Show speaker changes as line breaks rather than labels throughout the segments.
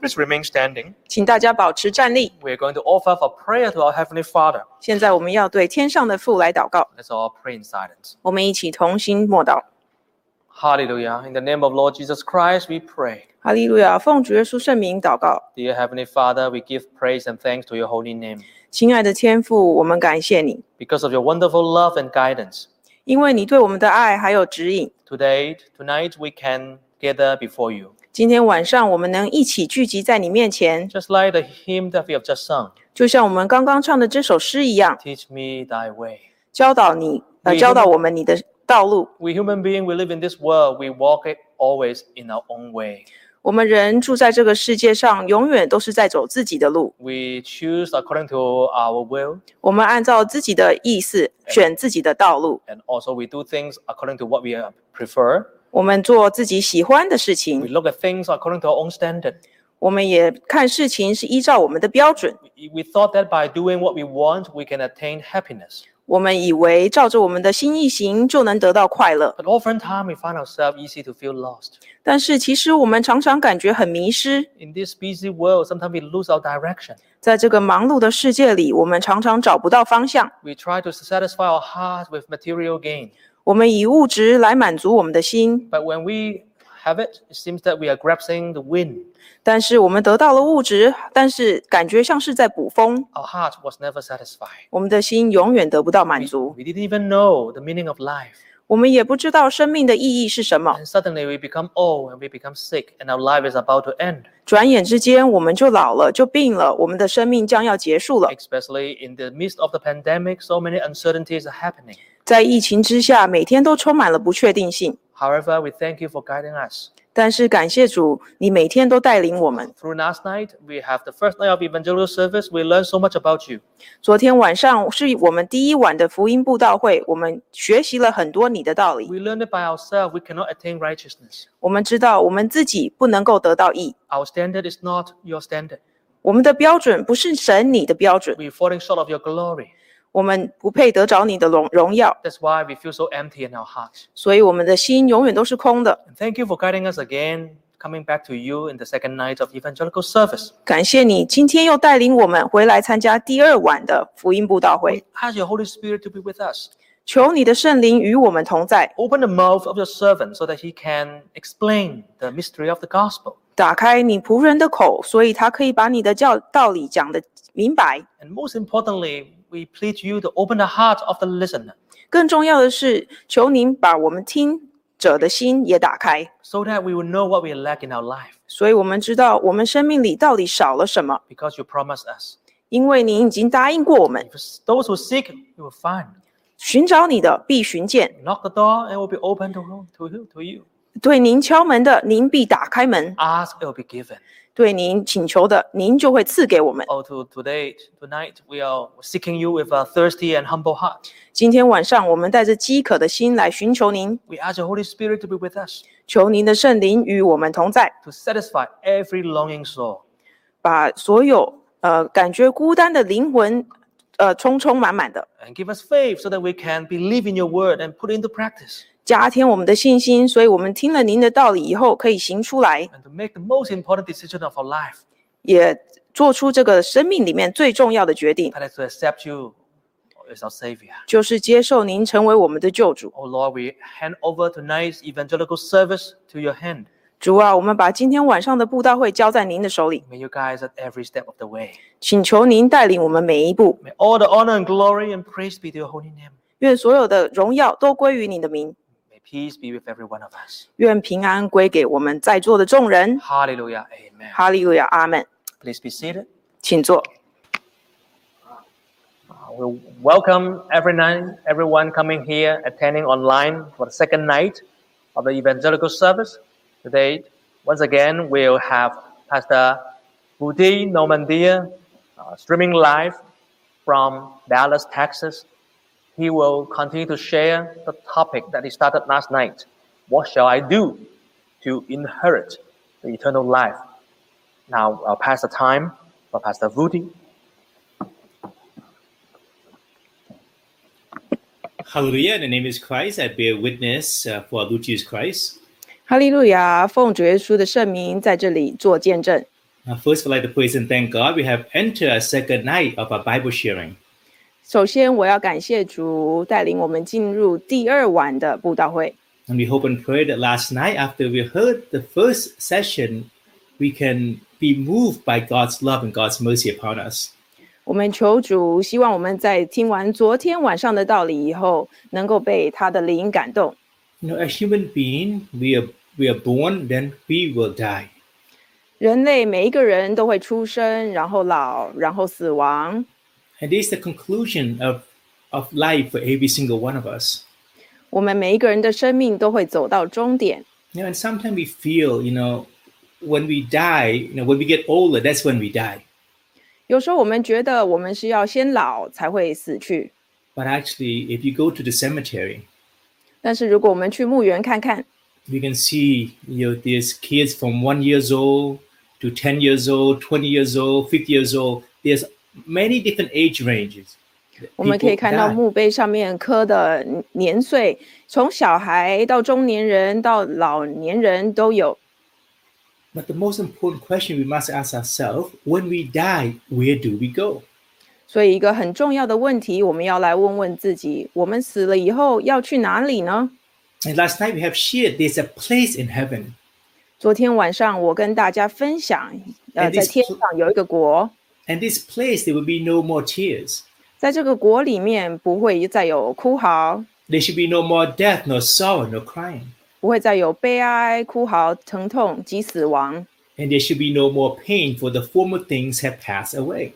Please remain standing.
请大家保持站立。
We're going to offer up a prayer to our Heavenly Father.
现在我们要对天上的父来祷告，
Let's all pray in silence.
我们一起同心默祷。
Hallelujah. In the name of Lord Jesus Christ, we pray.
哈利路亚，奉主耶稣圣名祷告。
Dear Heavenly Father, we give praise and thanks to your holy name.
亲爱的天父，我们感谢你，
Because of your wonderful love and guidance,
因为你对我们的爱还有指引。
today, tonight, we can gather before you.
今天晚上我们能一起聚集在你面前，
Just like the hymn that we have just sung,
就像我们刚刚唱的这首诗一样，
teach me thy way.
教导你，呃，
你
教导我们你的道路。
We human beings, we live in this world, we walk it always in our own way.
我们人住在这个世界上，永远都是在走自己的路。
We choose according to our will,
我们按照自己的意思选自己的道路，
and also we do things according to what we uh, prefer.
我们做自己喜欢的事
We
情，
look at things according to our own standard.
我们也看事情是依照我们的标准。
We- We thought that by doing what we want, we can attain happiness.
我们以为照着我们的心意行就能得到快乐，
But oftentimes we find ourselves easy to feel lost.
但是其实我们常常感觉很迷失。
In this busy world, sometimes we lose our direction.
在这个忙碌的世界里，我们常常找不到方向。
We try to satisfy our heart with material gain.
我们以物质来满足我们的心，
But when we have it, it seems that we are grasping the wind.
但是我们得到了物质，但是感觉像是在捕风，
Our heart was never satisfied.
我们的心永远得不到满
We,
足。
we didn't even know the meaning of life.
我们也不知道生命的意义是什么。
And suddenly we become old and we become sick and our life is about to end.
转眼之间，我们就老了，就病了，我们的生命将要结束了。
Especially in the midst of the pandemic, so many uncertainties are happening.
在疫情之下，每天都充满了不确定性。
However, we thank you for guiding us.
但是感谢主，你每天都带领我们。
Through last night, we have the first night of evangelical service. We learned so much about you.
昨天晚上是我们第一晚的福音布道会，我们学习了很多你的道理。
We learned it by ourselves. We cannot attain righteousness.
我们知道我们自己不能够得到义，
Our standard is not your standard.
我们的标准不是神你的标准，
We're falling short of your glory.
我们不配得着你的荣荣耀，
That's why we feel so empty in our hearts.
所以我们的心永远都是空的。
And thank you for guiding us again, coming back to you in the second night of evangelical service.
感谢你今天又带领我们回来参加第二晚的福音布道
We
会，
ask your Holy Spirit to be with us.
求你的圣灵与我们同在，
Open the mouth of your servant so that he can explain the mystery of the gospel.
打开你仆人的口，所以他可以把你的教道理讲得明白。
And most importantly, we plead you to open the heart of the listener
更重要的是，求您把我们听者的心也打开，
so that we will know what we lack in our life
所以我们知道我们生命里到底少了什么，
because you promised us.
因为您已经答应过我们，
If it's those who seek, you will find.
寻找你的必寻见，
Knock the door, and it will be open to, who- to, who- to you.
对您敲门的，您必打开门；
Ask, it will be given.
对您请求的，您就会赐给我们。
Oh, to today, tonight, we are seeking you with a thirsty and humble heart.
今天晚上，我们带着饥渴的心来寻求您，
We ask the Holy Spirit to be with us,
求您的圣灵与我们同在，
to satisfy every longing soul.
把所有呃感觉孤单的灵魂，呃充充满满的，
And give us faith so that we can believe in your word and put it into practice.
加添我们的信心。所以，我们听了您的道理以后，可以行出来，
And to make the most important decision of our life,
也做出这个生命里面最重要的决定，
that is to accept you as our Savior.
就是接受您成为我们的救主。
Oh Lord, we hand over tonight's evangelical service to your hand.
主啊，我们把今天晚上的布道会交在您的手里，
May you guide us at every step of the way.
请求您带领我们每一步。
May all the honor and glory and praise be to your holy name.
愿所有的荣耀都归于你的名，
May peace be with every one of us.
愿平安归给我们在座的众人。
Hallelujah. Amen.
哈利路亚，阿门。
Please be seated.
请坐。
Uh, we welcome every night, everyone coming here, attending online for the second night of the evangelical service. Today, once again, we'll have Pastor Budi Normandia uh, streaming live from Dallas, Texas. He will continue to share the topic that he started last night. What shall I do to inherit the eternal life? Now, I'll pass the time for Pastor Budi.
Hallelujah. In the name of Christ, I bear witness uh, for our Lord Jesus Christ.
哈利路亚，奉主耶稣的圣名在这里做见证。
Uh, First, we'd like to praise and thank God we have entered a second night of our Bible sharing.
首先，我要感谢主带领我们进入第二晚的布道会。
And we hope and pray that last night, after we heard the first session, we can be moved by God's love and God's mercy upon us.
我们求主，希望我们在听完昨天晚上的道理以后，能够被他的灵感动。
You know, as human being, we are we are born, then we will die.
人类每一个人都会出生，然后老，然后死亡。
And this is the conclusion of, of life for every single one of us.
我们每一个人的生命都会走到终点。
You know, and sometimes we feel, you know, when we die, you know, when we get older, that's when we die.
有时候我们觉得我们是要先老才会死去，
But actually, if you go to the cemetery,
但是如果我们去墓园看看，
you can see you know these kids from one years old to 10 years old 20 years old 50 years old there's many different age ranges
我们可以
People
看到
die.
墓碑上面刻的年岁，从小孩到中年人到老年人都有。
but the most important question we must ask ourselves when we die where do we go
所以，一个很重要的问题，我们要来问问自己：我们死了以后要去哪里呢？
and last night we have shared there's a place in heaven
昨天晚上我跟大家分享，呃，
And this-
在天上有一个国，
and this place there will be no more tears
在这个国里面不会再有哭嚎，
there should be no more death no sorrow no crying
不会再有悲哀、哭嚎、疼痛及死亡，
and there should be no more pain for the former things have passed away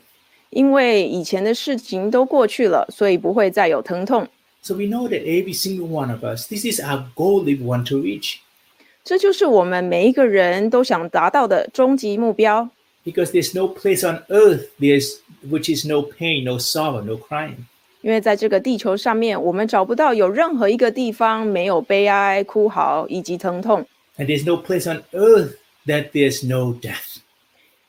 因为以前的事情都过去了，所以不会再有疼痛。
so we know that every single one of us this is our goal that we want to reach
这就是我们每一个人都想达到的终极目标，
because there's no place on earth there's which is no pain, no sorrow, no crying.
因为在这个地球上面，我们找不到有任何一个地方没有悲哀、哭嚎以及疼痛。
And there's no place on earth that there's no death.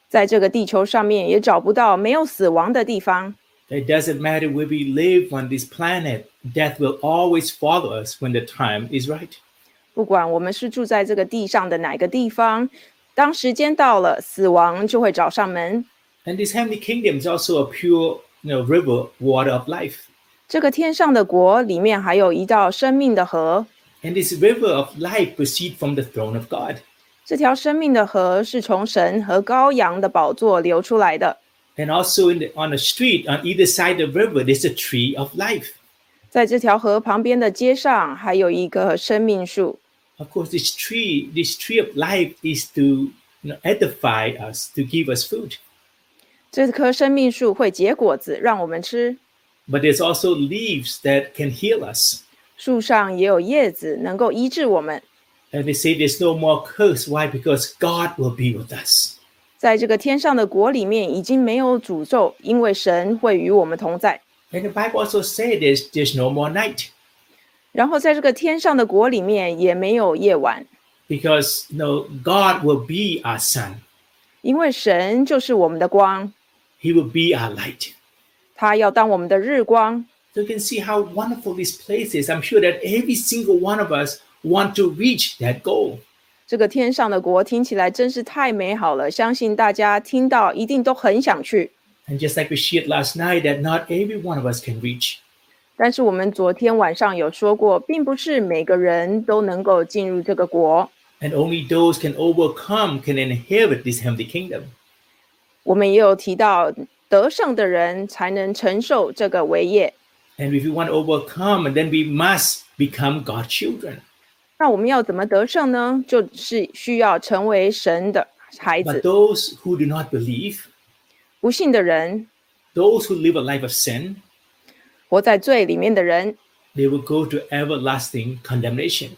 在这个地球上面也找不到没有死亡的地方。
It doesn't matter where we live on this planet, death will always follow us when the time is right.
不管我们是住在这个地上的哪个地方，当时间到了，死亡就会找上门。
And this heavenly kingdom is also a pure you know, river, water of life.
这个天上的国里面还有一道生命的河，
And this river of life proceeds from the throne of God.
这条生命的河是从神和羔羊的宝座流出来的。
And also in the, on the street, on either side of the river, there's a tree of life.
在这条河旁边的街上，还有一个生命树。
of course this tree this tree of life is to you know, edify us to give us food
这棵生命树会结果子让我们吃，
but there's also leaves that can heal us
树上也有叶子能够医治我们。
and they say there's no more curse why because god will be with us
在这个天上的国里面，已经没有诅咒，因为神会与我们同在。
and the bible also says there's, there's no more night
然后在这个天上的国里面也没有夜晚，
because you know, god will be our sun
因为神就是我们的光，
he will be our light
他要当我们的日光。
so you can see how wonderful this place is i'm sure that every single one of us want to reach that goal
这个天上的国听起来真是太美好了，相信大家听到一定都很想去。
and just like we shared last night that not every one of us can reach
但是我们昨天晚上有说过，并不是每个人都能够进入这个国。
and only those can overcome can inherit this heavenly kingdom
我们也有提到，得胜的人才能承受这个伟业。
and if we want to overcome and then we must become god's children
那我们要怎么得胜呢？就是需要成为神的孩
but
子。
those who do not believe
不信的人，
those who live a life of sin
活在罪里面的人，
they will go to everlasting condemnation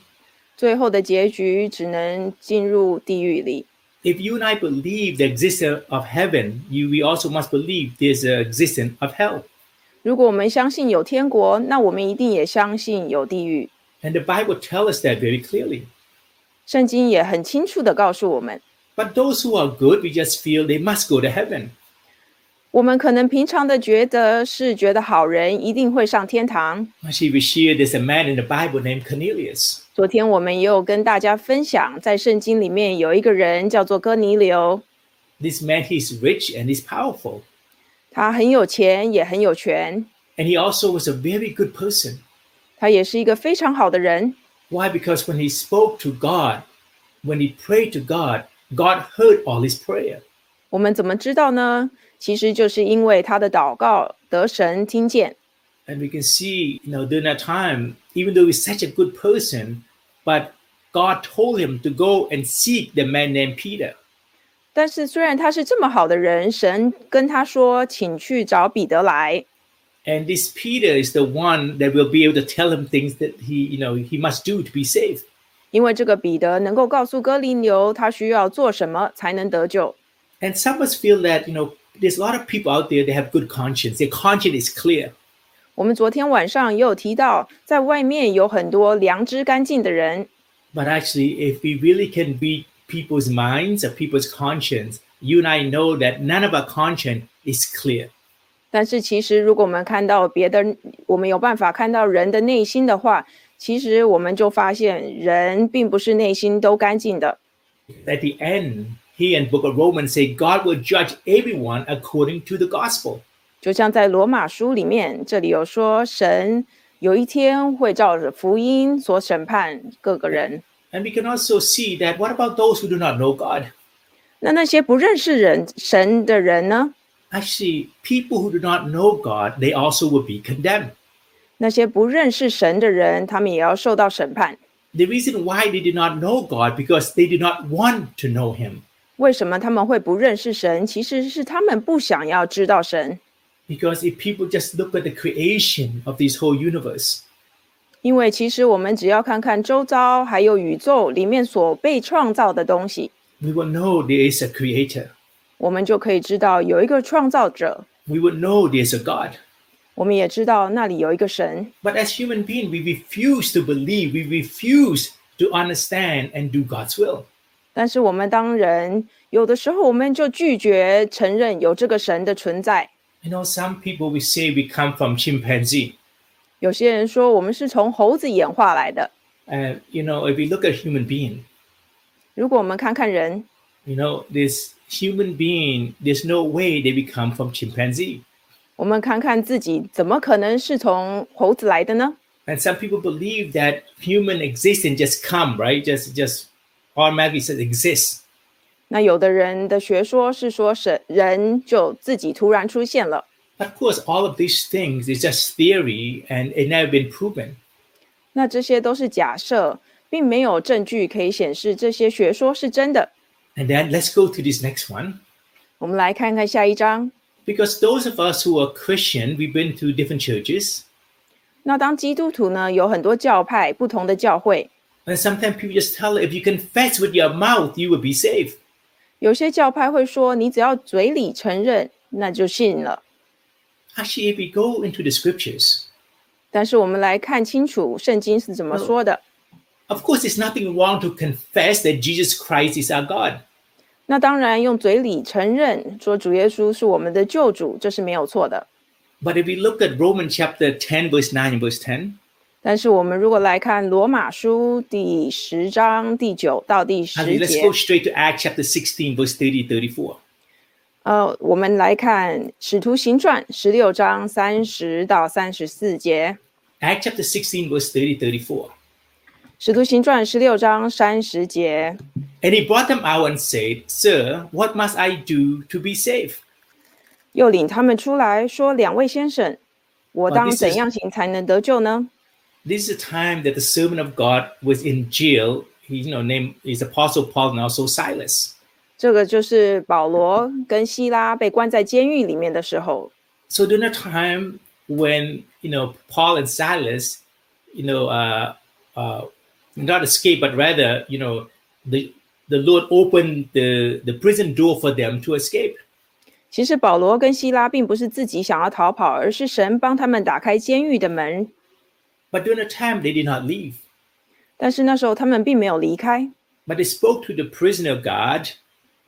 最后的结局只能进入地狱里。
if you and i believe the existence of heaven you we also must believe there's an existence of hell
如果我们相信有天国，那我们一定也相信有地狱。
and the bible tells us that very clearly
圣经也很清楚的告诉我们，
but those who are good we just feel they must go to heaven
我们可能平常的觉得是觉得好人一定会上天堂。
actually we share there's a man in the bible named cornelius
昨天我们也有跟大家分享，在圣经里面有一个人叫做哥尼流，
This man he's rich and he's powerful.
他很有钱，也很有权，
And he also was a very good person.
他也是一个非常好的人。
Why? Because when he spoke to God, when he prayed to God, God heard all his prayer.
我们怎么知道呢？其实就是因为他的祷告得神听见。
And we can see, you know, during that time, even though he's such a good person, but God told him to go and seek the man named Peter.
但是虽然他是这么好的人，神跟他说，请去找彼得来。
And this Peter is the one that will be able to tell him things that he, you know, he must do to be saved.
因为这个彼得能够告诉哥林流他需要做什么才能得救。
And some of us feel that, you know, there's a lot of people out there that have good conscience. Their conscience is clear.
我们昨天晚上也有提到，在外面有很多良知干净的人，
But actually, if we really can read people's minds or people's conscience, you and I know that none of our conscience is clear.
但是其实如果我们看到别的，我们有办法看到人的内心的话，其实我们就发现人并不是内心都干净的。
At the end, here in Book of Romans say God will judge everyone according to the gospel.
就像在罗马书里面，这里有说，神有一天会照着福音所审判各个人。
And we can also see that what about those who do not know God?
那那些不认识人神的人呢？
Actually, people who do not know God, they also will be condemned.
那些不认识神的人，他们也要受到审判。
The reason why they did not know God because they did not want to know him.
为什么他们会不认识神？其实是他们不想要知道神，
Because if people just look at the creation of this whole universe,
因为其实我们只要看看周遭还有宇宙里面所被创造的东西，
we will know there is a creator.
我们就可以知道有一个创造者，
We will know there's a God.
我们也知道那里有一个神。
But as human beings, we refuse to believe, we refuse to understand and do God's will.
但是我们当人有的时候，我们就拒绝承认有这个神的存在。
You know, some people we say we come from chimpanzee.
有些人说我们是从猴子演化来的。
And Uh, you know, if we look at human being,
如果我们看看人，
you know, this human being, there's no way they become from chimpanzee.
我们看看自己，怎么可能是从猴子来的呢？
And some people believe that human existence just come, right? Just just automatically says exists.
那有的人的学说是说神人就自己突然出现了，
Of course, all of these things is just theory and it never been proven.
那这些都是假设，并没有证据可以显示这些学说是真的。
And then let's go to this next one.
我们来看看下一章。
Because those of us who are Christian, we've been to different churches,
那当基督徒呢，有很多教派，不同的教会，
and sometimes people just tell if you confess with your mouth, you will be saved.
有些教派会说，你只要嘴里承认，那就信了。
Actually, if we go into the scriptures,
但是我们来看清楚圣经是怎么说的。
of course, there's nothing wrong to confess that Jesus Christ is our God.
那当然，用嘴里承认说主耶稣是我们的救主，这是没有错的。
But if we look at Romans chapter 10, verse 9 and verse 10,
但是我们如果来看罗马书第十章第九到第
actually,
十
let's
节
go，straight to Acts chapter 16, verse 30, 34.
呃，我们来看《使徒行传》十六章三十到三十四节，
Acts chapter 16, verse 30, 34.
《使徒行传》十六章三十节，
And he brought them out and said, Sir, what must I do to be saved?
又领他们出来说：“两位先生，我
啊
当
，this is-
怎样行才能得救呢
This is a time that the servant of God was in jail. He, you know, named his apostle Paul and also Silas.？”
这个就是保罗跟希拉被关在监狱里面的时候，
So during a time when you know Paul and Silas, you know, uh, uh, not escape, but rather, you know, the the Lord opened the the prison door for them to escape.
其实保罗跟希拉并不是自己想要逃跑，而是神帮他们打开监狱的门。
But during the time they did not leave,
但是那时候他们并没有离开，
but they spoke to the prisoner guard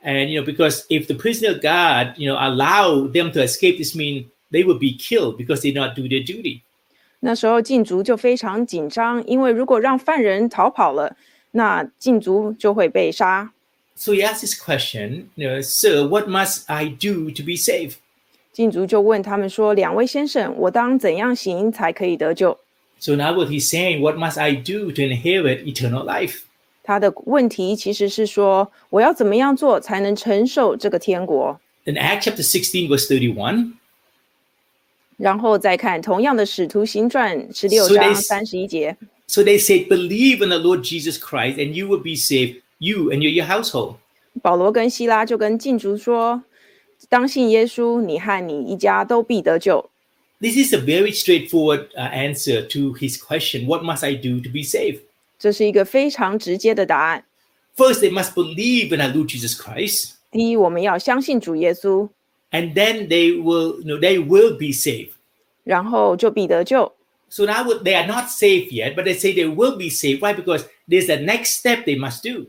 and you know because if the prisoner guard you know allow them to escape this means they will be killed because they did not do their duty
那时候禁足就非常紧张，因为如果让犯人逃跑了，那禁足就会被杀。
So he asked this question, you know, Sir, what must I do to be saved?
禁足就问他们说：“两位先生，我当怎样行才可以得救
So in other words, he's saying, What must I do to inherit eternal life?？”
他的问题其实是说：“我要怎么样做才能承受这个天国
In Acts chapter 16, verse 31,？”
然后再看同样的《使徒行传》十六
所以
章三十一节，
so they said, Believe in the Lord Jesus Christ, and you will be saved, you and your, your household.
保罗跟希拉就跟禁足说：“当信耶稣，你和你一家都必得救。
This is a very straightforward uh, answer to his question, What must I do to be saved? ”
这是一个非常直接的答案。
First, they must believe in our Lord Jesus Christ,
第一，我们要相信主耶稣，
and then they will, you know, they will be saved.
然后就必得救。
So now what- they are not saved yet, but they say they will be saved. Why? Because there's the next step they must do.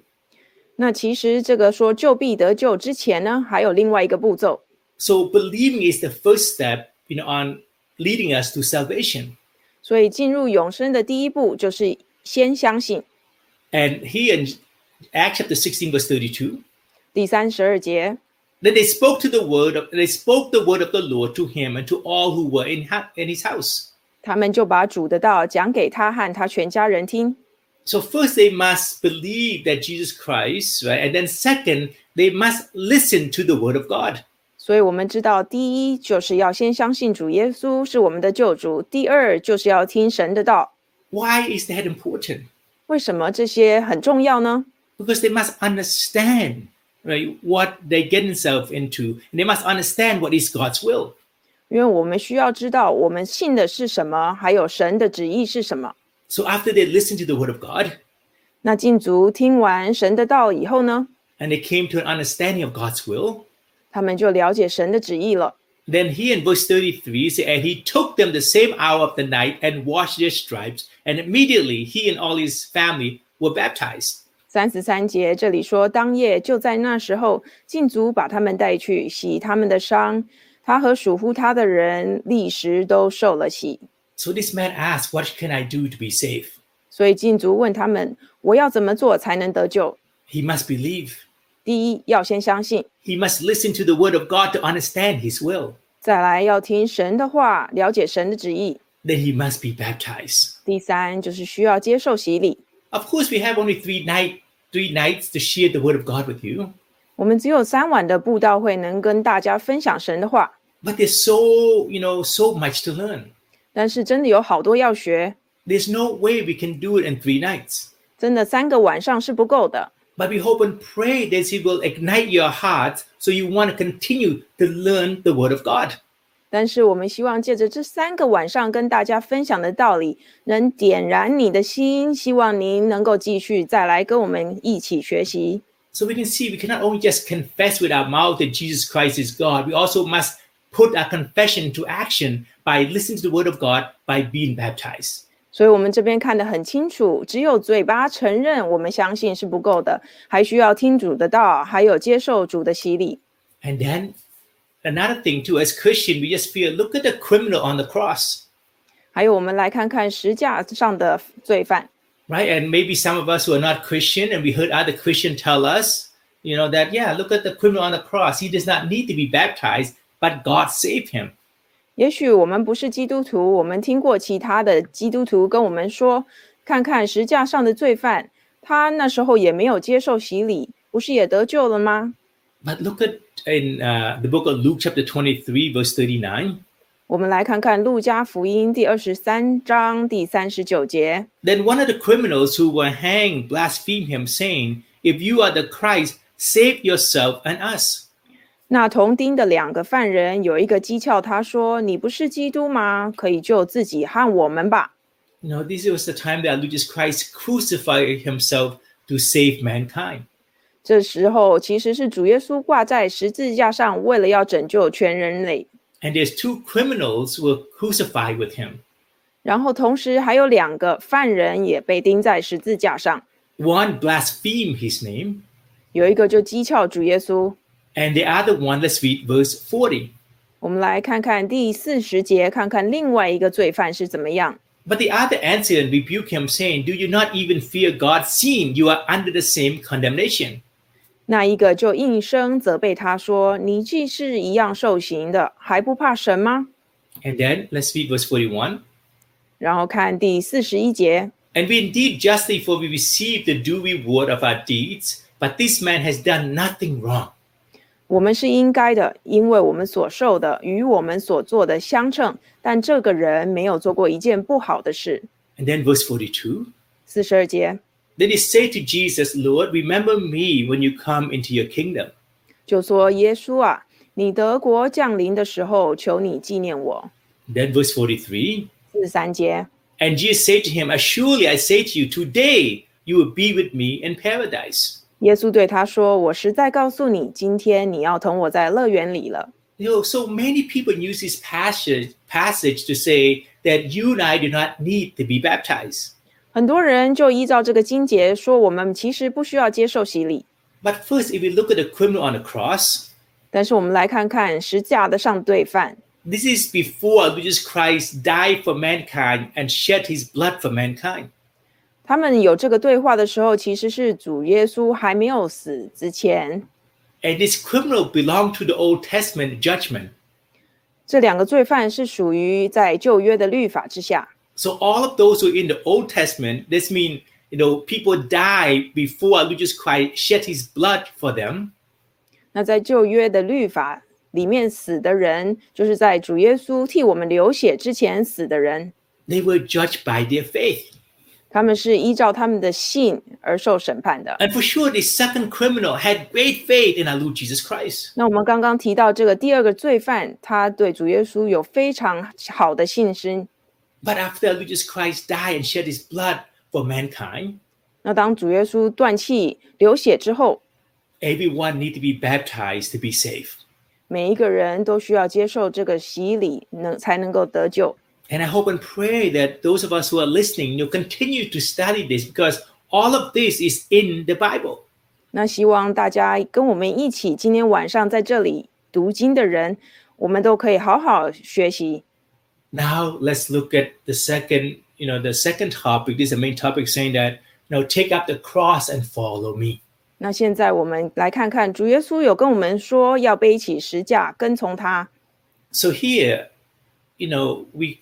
那其实这个说就必得救之前呢，还有另外一个步骤，
So believing is the first step, you know, on leading us to salvation.
所以进入永生的第一步就是先相信。
And here in Acts chapter 16, verse 32,
第三十二节，
then they spoke to the word of they spoke the word of the Lord to him and to all who were in, ha- in his house.
他们就把主的道讲给他和他全家人听。
So first they must believe that Jesus Christ, right? And then second, they must listen to the word of God.
所以我们知道，第一就是要先相信主耶稣是我们的救主；第二就是要听神的道。
Why is that important?
为什么这些很重要呢？
because they must understand right what they get themselves into and they must understand what is god's will
因为我们需要知道我们信的是什么，还有神的旨意是什么。
so after they listened to the word of god
那禁足听完神的道以后呢，
and they came to an understanding of god's will
他们就了解神的旨意了。
then he in verse 33 said and he took them the same hour of the night and washed their stripes and immediately he and all his family were baptized
三十三节这里说，当夜就在那时候，禁足把他们带去洗他们的伤，他和属乎他的人立时都受了洗。
so this man asked what can i do to be saved
所以禁足问他们：“我要怎么做才能得救
he must believe？”
第一，要先相信；
he must listen to the word of god to understand his will
再来，要听神的话，了解神的旨意；
then he must be baptized
第三，就是需要接受洗礼。
Of course, we have only three night three nights to share the word of God with you.
我们只有三晚的布道会能跟大家分享神的话，
But there's so you know so much to learn.
但是真的有好多要学，
There's no way we can do it in three nights.
真的三个晚上是不够的。
But we hope and pray that He will ignite your heart so you want to continue to learn the word of God.
但是我们希望借着这三个晚上跟大家分享的道理，能点燃你的心，希望您能够继续再来跟我们一起学习。
So we can see we cannot only just confess with our mouth that Jesus Christ is God, we also must put our confession to action by listening to the word of God, by being baptized.
所以，我们这边看得很清楚，只有嘴巴承认我们相信是不够的，还需要听主的道，还有接受主的洗礼。
And then another thing too, as Christian, we just feel look at the criminal on the cross,
还有，我们来看看十架上的罪犯。
right? And maybe some of us who are not Christian and we heard other Christian tell us, you know, that yeah, look at the criminal on the cross. He does not need to be baptized, but God saved him.
也许我们不是基督徒，我们听过其他的基督徒跟我们说：“看看十架上的罪犯，他那时候也没有接受洗礼，不是也得救了吗
But look at in uh, the book of Luke chapter 23 verse 39.？”
我们来看看《路加福音》第二十三章第三十九节。
Then one of the criminals who were hanged blasphemed him, saying, If you are the Christ, save yourself and us.
那同钉的两个犯人有一个讥诮他说：“你不是基督吗？可以救自己和我们吧。
You know, this was the time that Jesus Christ crucified himself to save mankind. ”
这时候其实是主耶稣挂在十字架上，为了要拯救全人类。
And there's two criminals who were crucified with him.
然后同时还有两个犯人也被钉在十字架上，
One blasphemed his name,
有一个就讥诮主耶稣。
and the other one, let's read verse 40.
我们来看看第四十节，看看另外一个罪犯是怎么样。
But the other answered and rebuked him, saying, Do you not even fear God, seeing you are under the same condemnation?
那一个就应声责备他说：“你既是一样受刑的，还不怕神吗
And then let's read verse 41.？”
然后看第四十一节，
And we indeed justly, for we receive the due reward of our deeds, but this man has done nothing wrong.
我们是应该的，因为我们所受的与我们所做的相称。但这个人没有做过一件不好的事。
And then verse 42.
四十二节，
Then he said to Jesus, Lord, remember me when you come into your kingdom.
就说：“耶稣啊，你德国降临的时候，求你纪念我。
Then verse 43. ”
四十三节，
And Jesus said to him, Surely I say to you, today you will be with me in paradise.
耶稣对他说：“我实在告诉你，今天你要同我在乐园里了。
You know, so many people use this passage passage to say that you and I do not need to be baptized. ”
很多人就依照这个经节说，我们其实不需要接受洗礼。
But first, if we look at the criminal on the cross,
但是我们来看看十架的上罪犯，
this is before our Lord Jesus Christ died for mankind and shed his blood for mankind.
他们有这个对话的时候，其实是主耶稣还没有死之前。
And this criminal belonged to the Old Testament judgment.
这两个罪犯是属于在旧约的律法之下，
So all of those who are in the Old Testament, this means you know people die before our Lord Jesus Christ shed his blood for them.
那在旧约的律法里面死的人，就是在主耶稣替我们流血之前死的人，
They were judged by their faith.
他们是依照他们的信而受审判的。
And for sure, the second criminal had great faith in our Lord Jesus Christ.
那我们刚刚提到这个第二个罪犯，他对主耶稣有非常好的信心。
But after our Lord Jesus Christ died and shed his blood for mankind,
那当主耶稣断气流血之后，
everyone need to be baptized to be saved.
每一个人都需要接受这个洗礼，能才能够得救。
And I hope and pray that those of us who are listening, you continue to study this because all of this is in the Bible.
那希望大家跟我们一起，今天晚上在这里读经的人，我们都可以好好学习。
now let's look at the second you know the second topic this is the main topic saying that you know take up the cross and follow me
那现在我们来看看，主耶稣有跟我们说要背起十架，跟从他。
so here you know we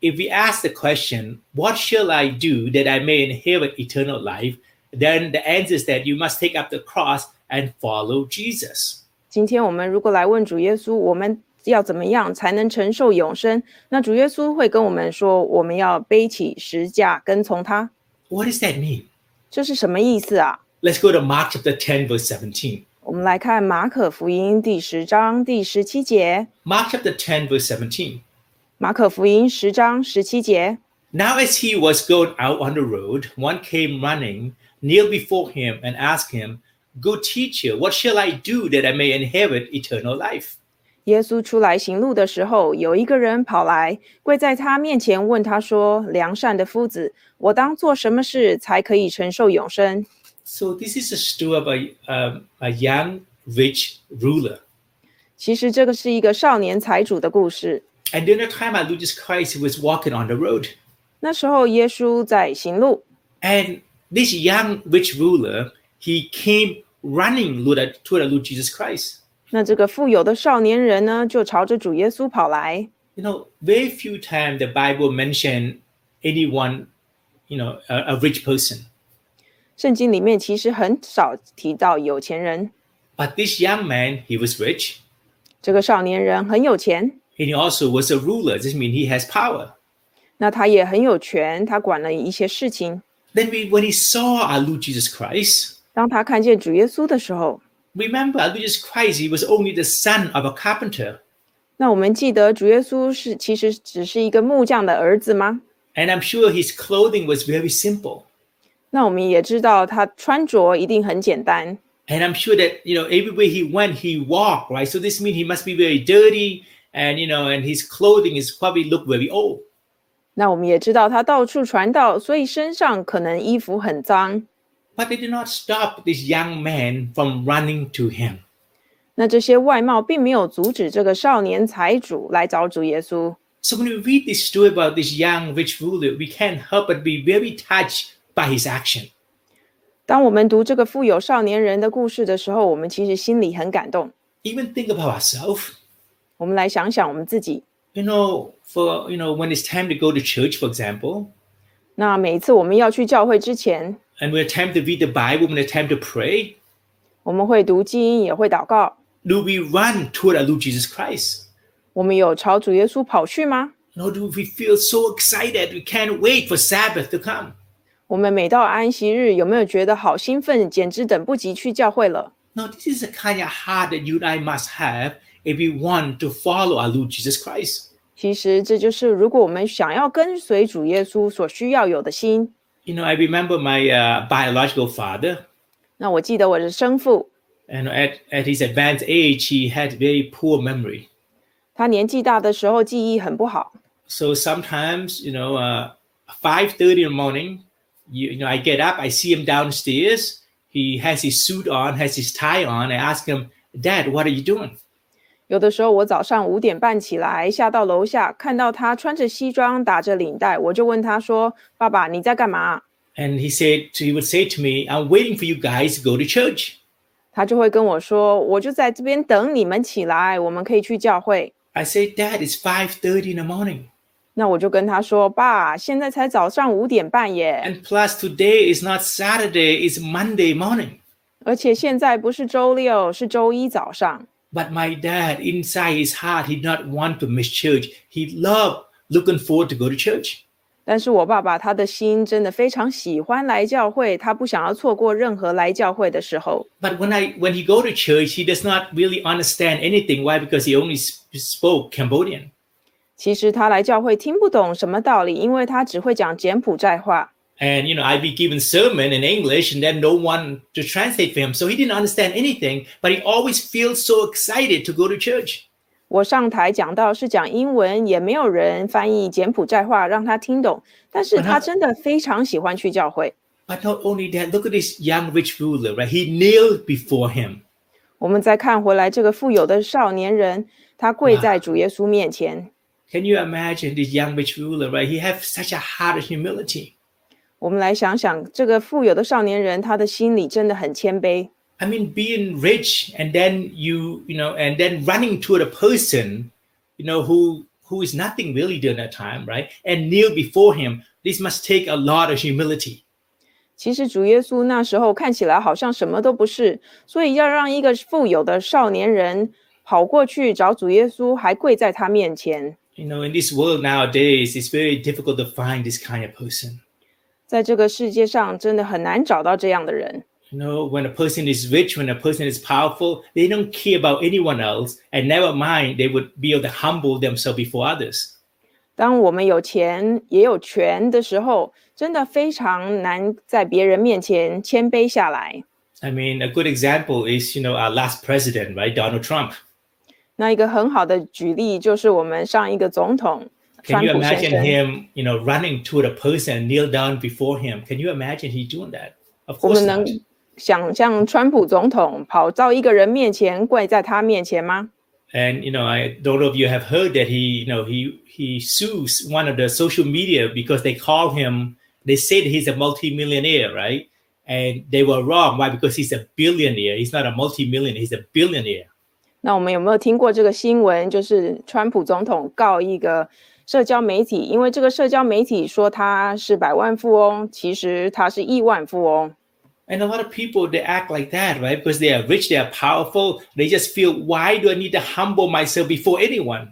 if we ask the question what shall i do that i may inherit eternal life then the answer is that you must take up the cross and follow jesus
今天我们如果来问主耶稣，我们要怎么样才能承受永生？那主耶稣会跟我们说，我们要背起十架，跟从他。
what does that mean
这是什么意思啊？
let's go to mark chapter 10 verse 17
我们来看马可福音第十章第十七节。
mark chapter 10 verse 17
马可福音十章十七节，
Now, as he was going out on the road, one came running, kneeled before him, and asked him, Good teacher, what shall I do that I may inherit eternal life?
耶稣出来行路的时候，有一个人跑来，跪在他面前，问他说：“良善的夫子，我当做什么事才可以承受永生
So, this is a story of a, um, a young, rich ruler.？”
其实这个是一个少年财主的故事。
And during the time of Jesus Christ, he was walking on the road.
那时候耶稣在行路，
And this young, rich ruler, he came running toward the- toward the Lord Jesus Christ.
那这个富有的少年人呢，就朝着主耶稣跑来。
You know, very few times the Bible mentioned anyone, you know, a, a rich person.
圣经里面其实很少提到有钱人，
But this young man, he was rich.
这个少年人很有钱，
And he also was a ruler. This means he has power.
那他也很有权，他管了一些事情。
Then we, when he saw our Lord Jesus Christ,
当他看见主耶稣的时候，
remember our Lord Jesus Christ, he was only the son of a carpenter.
那我们记得主耶稣是其实只是一个木匠的儿子吗？
And I'm sure his clothing was very simple.
那我们也知道他穿着一定很简单，
And I'm sure that, you know, everywhere he went, he walked, right? So this means he must be very dirty. And, you know, and his clothing is probably look very old.
那我们也知道他到处传道，所以身上可能衣服很脏。
But they did not stop this young man from running to him.
那这些外貌并没有阻止这个少年财主来找主耶稣。
So when we read this story about this young rich ruler, we can't help but be very touched by his action.
当我们读这个富有少年人的故事的时候，我们其实心里很感动。
Even think about ourselves.
我们来想想我们自己。
You know, for you know, when it's time to go to church, for example,
那每一次我们要去教会之前，
and we're time to read the Bible, when it's time to pray,
我们会读经，也会祷告。
do we run toward our Lord Jesus Christ?
我们有朝主耶稣跑去吗？
You know, do we feel so excited? We can't wait for Sabbath to come.
我们每到安息日，有没有觉得好兴奋，简直等不及去教会了？
Now, this is the kind of heart that you and I must have if we want to follow our Lord Jesus Christ.
其实这就是如果我们想要跟随主耶稣所需要有的心。
You know, I remember my uh, biological father,
那我记得我的生父，
and at, at his advanced age, he had very poor memory.
他年纪大的时候记忆很不好，
So sometimes, you know, uh, five thirty in the morning, you, you know, I get up, I see him downstairs. He has his suit on, has his tie on. I ask him, "Dad, what are you doing?"
有的时候我早上五点半起来，下到楼下，看到他穿着西装，打着领带，我就问他说：“爸爸，你在干嘛
And he said, he would say to me, "I'm waiting for you guys to go to church."
他就会跟我说：“我就在这边等你们起来，我们可以去教会。
I say, "Dad, it's five thirty in the morning, ”
那我就跟他说：“爸，现在才早上五点半耶，
and plus today is not Saturday; it's Monday morning."
而且现在不是周六，是周一早上。
But my dad, inside his heart, he did not want to miss church. He loved looking forward to go to church. ”
但是我爸爸他的心真的非常喜欢来教会，他不想要错过任何来教会的时候。
But when I when he go to church, he does not really understand anything. Why? Because he only sp- spoke Cambodian.
其实他来教会听不懂什么道理，因为他只会讲柬埔寨话。
And you know, I'd be given sermon in English, and then no one to translate for him, so he didn't understand anything. But he always feels so excited to go to church.
我上台讲到是讲英文，也没有人翻译柬埔寨话让他听懂，但是
那
他真的非常喜欢去教会。
But not only that, look at this young rich ruler. Right, he kneeled before him.
我们再看回来这个富有的少年人，他跪在主耶稣面前。
Can you imagine this young rich ruler? Right, he had such a heart of humility.
我们来想想，这个富有的少年人，他的心里真的很谦卑。
I mean, being rich and then you, you know, and then running toward a person, you know, who who is nothing really during that time, right? And kneel before him. This must take a lot of humility.
其实主耶稣那时候看起来好像什么都不是，所以要让一个富有的少年人跑过去找主耶稣，还跪在他面前。
You know, in this world nowadays, it's very difficult to find this kind of person.
在这个世界上，真的很难找到这样的人。
You know, when a person is rich, when a person is powerful, they don't care about anyone else, and never mind they would be able to humble themselves before others.
当我们有钱也有权的时候，真的非常难在别人面前谦卑下来。
I mean, a good example is, you know, our last president, right, Donald Trump.
那一个很好的举例就是我们上一个总统川
Can you
普先
imagine
生，
him, you know, running toward a person and kneel down before him? Can you imagine he doing that? Of
我
course
们能
not.
想象川普总统跑到一个人面前跪在他面前吗？
And you know, I don't know if you have heard that he, you know, he he sues one of the social media because they call him. They said he's a multimillionaire, right? And they were wrong. Why? Because he's a billionaire. He's not a multimillionaire. He's a billionaire.
那我们有没有听过这个新闻？就是川普总统告一个社交媒体，因为这个社交媒体说他是百万富翁，其实他是亿万富翁。
And a lot of people they act like that, right? Because they are rich, they are powerful. They just feel, why do I need to humble myself before anyone?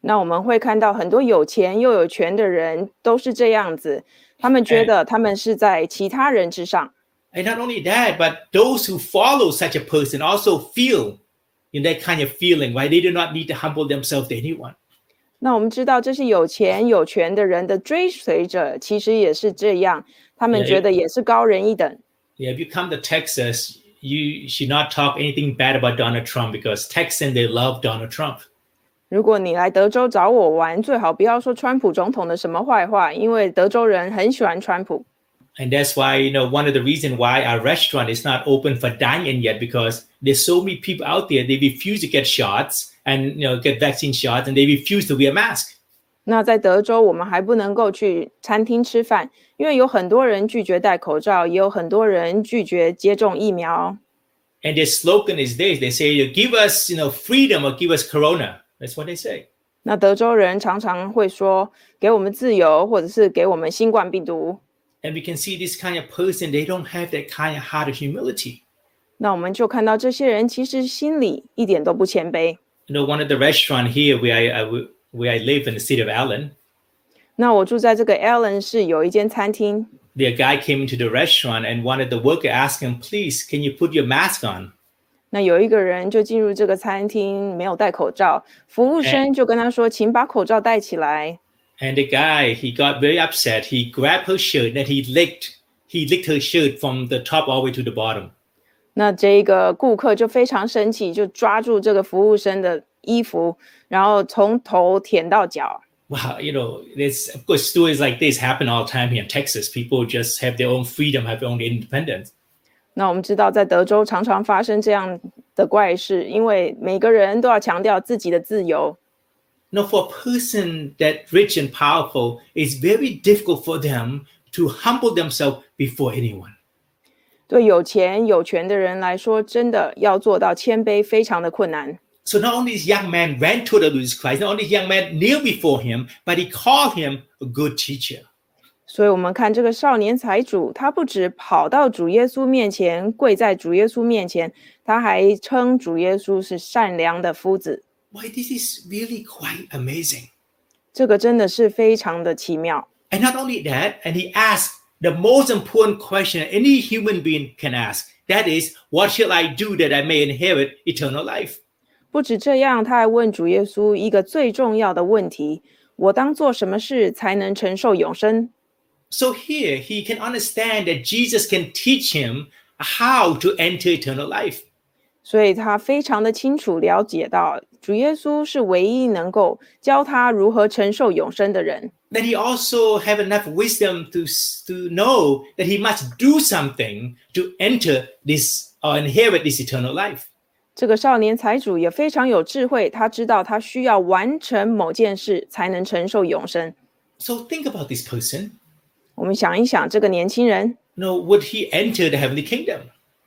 那我们会看到很多有钱又有权的人都是这样子，他们觉
哎
得他们是在其他人之上。
And not only that, but those who follow such a person also feel in that kind of feeling, right? They do not need to humble themselves to anyone.
那我们知道，这是有钱有权的人的追随者，其实也是这样，他们
哎
觉得也是高人一等。
Yeah, if you come to Texas, you should not talk anything bad about Donald Trump because Texans they love Donald Trump.
如果你来德州找我玩，最好不要说川普总统的什么坏话，因为德州人很喜欢川普。
And that's why, you know, one of the reason why our restaurant is not open for dining yet, because there's so many people out there, they refuse to get shots and you know get vaccine shots and they refuse to wear a mask.
那在德州，我们还不能够去餐厅吃饭，因为有很多人拒绝戴口罩，也有很多人拒绝接种疫苗。
And their slogan is this: they say, "Give us, you know, freedom, or give us Corona." That's what they say.
那德州人常常会说：“给我们自由，或者是给我们新冠病毒。
And we can see this kind of person; they don't have that kind of heart of humility. ”
那我们就看到这些人其实心里一点都不谦卑。
You know, one of the restaurant here where I, I where I live in the city of Allen,
那我住在这个 Allen 市有一间餐厅，
the guy came into the restaurant and one of the worker asked him, "Please, can you put your mask on?"
那有一个人就进入这个餐厅，没有戴口罩，服务生就跟他说：“请把口罩戴起来。
And the guy, he got very upset. He grabbed her shirt and he licked, he licked her shirt from the top all the way to the bottom. ”
那这一个顾客就非常生气，就抓住这个服务生的衣服，然后从头舔到脚。
Wow, you know, there's of course stories like this happen all the time here in Texas. People just have their own freedom, have their own independence.
那我们知道，在德州常常发生这样的怪事，因为每个人都要强调自己的自由。
You know, for a person that rich and powerful, it's very difficult for them to humble themselves before anyone.
对有钱有权的人来说，真的要做到谦卑非常的困难。
So not only this young man ran toward the Jesus Christ, not only this young man kneel before him, but he called him a good teacher.
所以，我们看这个少年财主，他不止跑到主耶稣面前，跪在主耶稣面前，他还称主耶稣是善良的夫子。
Why this is really quite amazing.
这个真的是非常的奇妙。
And not only that, and he asked the most important question any human being can ask. That is, what shall I do that I may inherit eternal life?
不止这样，他还问主耶稣一个最重要的问题：我当做什么事才能承受永生？
So here he can understand that Jesus can teach him how to enter eternal life.
所以他非常的清楚了解到，主耶稣是唯一能够教他如何承受永生的人。
Then he also have enough wisdom to, s- to know that he must do something to enter this or inherit this eternal life.
这个少年财主也非常有智慧，他知道他需要完成某件事才能承受永生。
So think about this person.
我们想一想，这个年轻人
You know, would he enter the heavenly kingdom?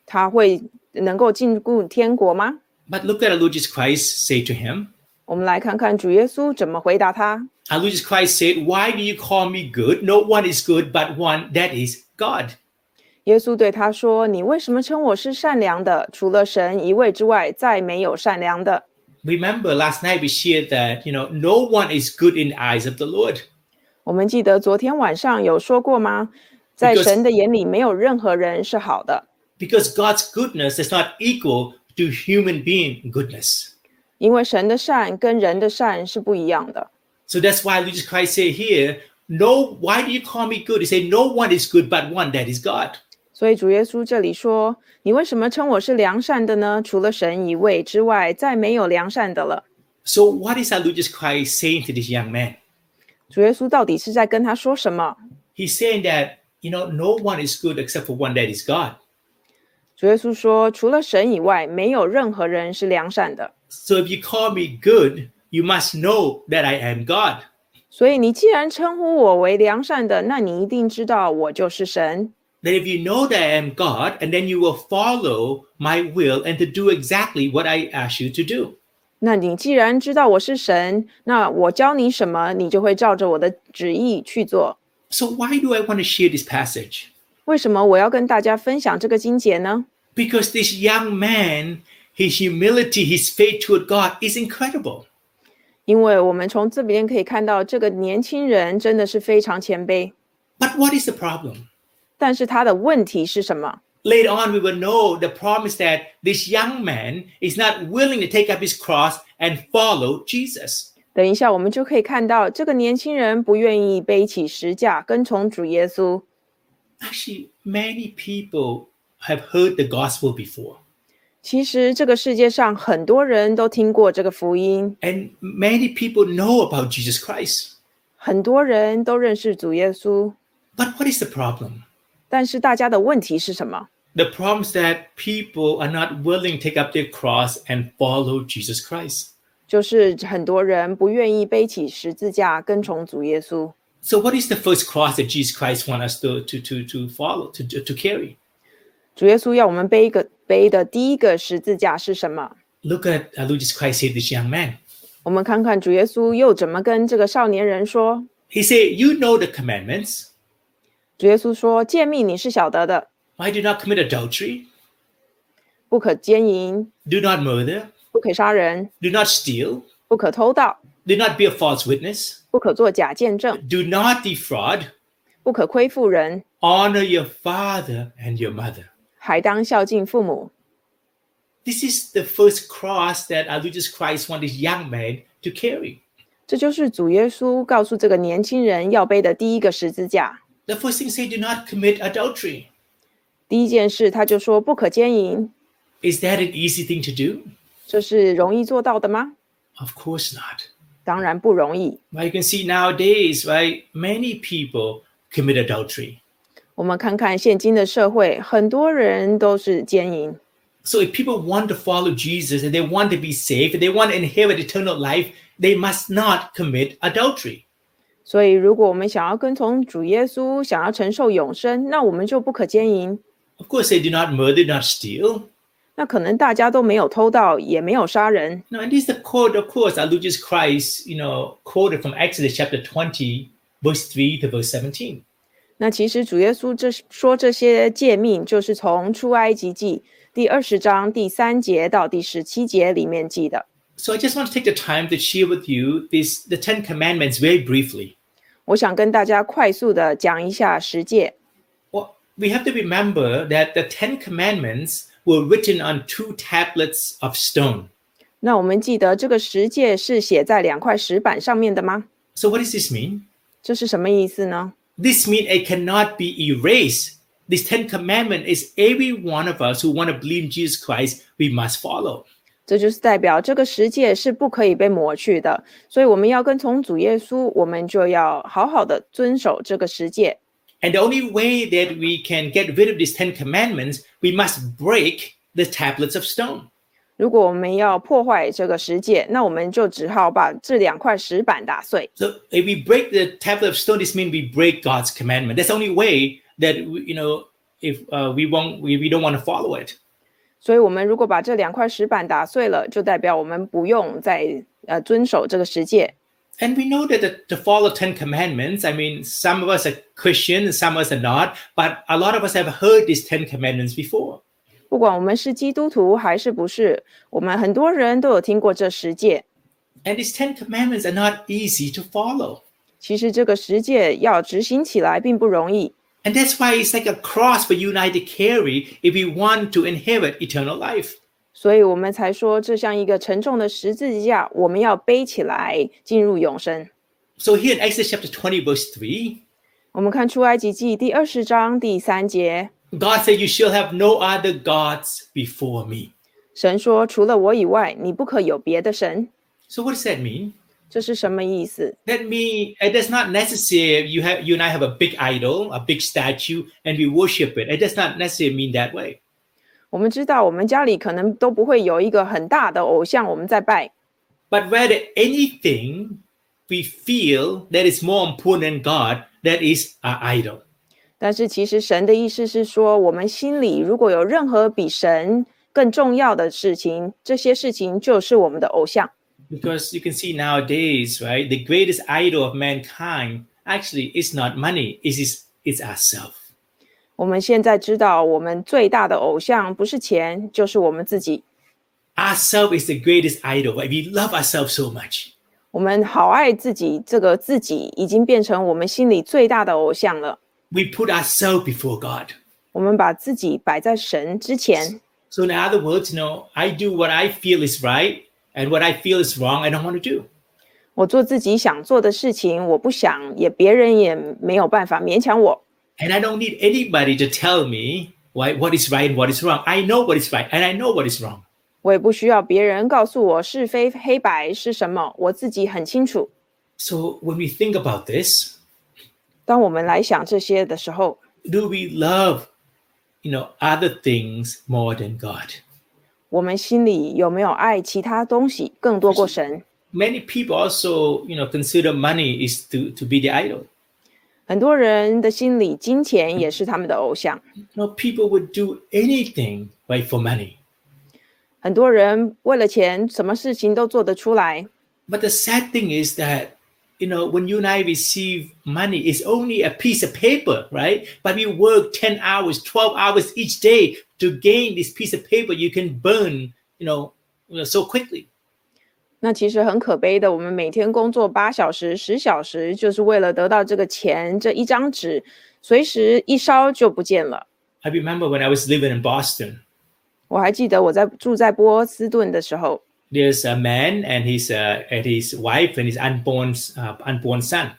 他会能够进入天国吗？
But look at our Lord Jesus Christ say to him,
我们来看看主耶稣怎么回答他。
Our Lord Jesus Christ said, Why do you call me good? No one is good but one, that is God.
耶稣对他说：“你为什么称我是善良的？除了神一位之外，再没有善良的。
Remember last night we shared that, you know, no one is good in the eyes of the Lord. ”
我们记得昨天晚上有说过吗？在
Because-
神的眼里，没有任何人是好的，
Because God's goodness is not equal to human being goodness.
因为神的善跟人的善是不一样的。
So that's why Lord Jesus Christ said here, No, why do you call me good? He said, No one is good but one, that is God.
所以主耶稣这里说：“你为什么称我是良善的呢？除了神一位之外，再没有良善的了。
So what is our Lord Jesus Christ saying to this young man? ”
主耶稣到底是在跟他说什么？
He's saying that, you know, no one is good except for one, that is God.
主耶稣说：“除了神以外，没有任何人是良善的。
So if you call me good, you must know that I am God.
所以你既然称呼我为良善的，那你一定知道我就是神。
That if you know that I am God, and then you will follow my will and to do exactly what I ask you to do.
那你既然知道我是神，那我教你什么，你就会照着我的旨意去做。
So why do I want to share this passage?
为什么我要跟大家分享这个经节呢？
Because this young man, his humility, his faith toward God is incredible.
因为我们从这边可以看到，这个年轻人真的是非常谦卑。
But what is the problem?
但是他的问题是什么？
Later on, we will know the problem is that this young man is not willing to take up his cross and follow Jesus.
等一下，我们就可以看到，这个年轻人不愿意背起十架，跟从主耶稣。
actually many people have heard the gospel before
其实，这个世界上很多人都听过这个福音，
and many people know about jesus christ
很多人都认识主耶稣，
but what is the problem
但是大家的问题是什么？
the problem is that people are not willing to take up their cross and follow jesus christ
就是很多人不愿意背起十字架跟从主耶稣。
So, what is the first cross that Jesus Christ wants us to, to, to, to follow, to, to, to carry?
主耶稣要我们背一个背的第一个十字架是什么？
Look at how Jesus Christ said this young man.
我们看看主耶稣又怎么跟这个少年人说。
He said, You know the commandments.
主耶稣说：“诫命你是晓得的，
Why do not commit adultery?
不可奸淫，
Do not murder.
不可杀人，
Do not steal.
不可偷盗，
Do not be a false witness.
不可作假见证，
Do not defraud.
不可亏负人，
Honor your father and your mother.
还当孝敬父母。
This is the first cross that our Lord Jesus Christ wanted this young man to carry. ”
这就是主耶稣告诉这个年轻人要背的第一个十字架。
The first thing say, do not commit adultery.
第一件事，他就说：“不可奸淫。
Is that an easy thing to do? ”
这是容易做到的吗？
Of course not.
当然不容易。
Well, you can see nowadays, right? Many people commit adultery.
我们看看现今的社会，很多人都是奸淫。
So if people want to follow Jesus and they want to be saved and they want to inherit eternal life, they must not commit adultery.
所以，如果我们想要跟从主耶稣，想要承受永生，那我们就不可奸淫。
Of course, they do not murder, do not steal.
那可能大家都没有偷盗，也没有杀人。
No, and this is the quote, of course, our Lord Jesus Christ, you know, quoted from Exodus chapter 20, verse 3 to verse 17.
那其实主耶稣这说这些诫命，就是从出埃及记第二十章第三节到第十七节里面记的。
So I just want to take the time to share with you this the Ten Commandments very briefly.
我想跟大家快速的讲一下十诫。
Well, we have to remember that the Ten Commandments were written on two tablets of stone.
那我们记得这个十诫是写在两块石板上面的吗？
So what does this mean?
这是什么意思呢？
This means it cannot be erased. This Ten Commandment is every one of us who want to believe in Jesus Christ, we must follow.
这就是代表这个十诫是不可以被抹去的，所以我们要跟从主耶稣，我们就要好好的遵守这个十诫。
And the only way that we can get rid of these Ten Commandments, we must break the tablets of stone.
如果我们要破坏这个石界，那我们就只好把这两块石板打碎。
So if we break the tablet of stone, this means we break God's commandment. That's the only way that we, you know if uh, we won't we, we don't want to follow it.
所以，我们如果把这两块石板打碎了，就代表我们不用再呃遵守这个石界。
And we know that the, to follow Ten Commandments, I mean, some of us are Christian, and some of us are not, but a lot of us have heard these Ten Commandments before.
不管我们是基督徒还是不是，我们很多人都有听过这十诫。
And these Ten Commandments are not easy to follow.
其实，这个十诫要执行起来并不容易，
And that's why it's like a cross for you and I to carry if we want to inherit eternal life.
所以我们才说这像一个沉重的十字架，我们要背起来进入永生。
So here in Exodus chapter 20, verse 3,
我们看出埃及记第二十章第三节，
God said, You shall have no other gods before me.
神说：“除了我以外，你不可有别的神。
So what does that mean? ”
这是什么意思？
That mean it is not necessary you have you and I have a big idol, a big statue, and we worship it. It does not necessarily mean that way.
我们知道，我们家里可能都不会有一个很大的偶像，我们在拜。
But rather anything we feel that is more important than God, that is our idol.
但是其实神的意思是说，我们心里如果有任何比神更重要的事情，这些事情就是我们的偶像。
Because you can see nowadays, right, the greatest idol of mankind actually is not money, it is it's ourselves.
我们现在知道，我们最大的偶像不是钱，就是我们自己。
Ourself is the greatest idol. Right? We love ourselves so much.
我们好爱自己，这个自己已经变成我们心里最大的偶像了。
We put ourselves before God.
我们把自己摆在神之前。
So in other words, you know, I do what I feel is right and what I feel is wrong, I don't want to do.
我做自己想做的事情，我不想，也别人也没有办法勉强我。
And I don't need anybody to tell me why what is right and what is wrong. I know what is right and I know what is wrong.
我也不需要别人告诉我是非黑白是什么，我自己很清楚。
So when we think about this,
当我们来想这些的时候，
do we love you know other things more than God?
我们心里有没有爱其他东西更多过神？
Many people also, you know, consider money is to, to be the idol.
很多人的心里，金钱也是他们的偶像。
You know, people would do anything right for money.
很多人为了钱，什么事情都做得出来。
But the sad thing is that, you know, when you and I receive money, it's only a piece of paper, right? But we work 10 hours, 12 hours each day to gain this piece of paper you can burn, you know, you know so quickly.
那其实很可悲的，我们每天工作八小时、十小时，就是为了得到这个钱，这一张纸，随时一烧就不见了。
I remember when I was living in Boston,
我还记得我在住在波斯顿的时候，
there's a man and his, uh, and his wife and his unborn, uh, unborn son.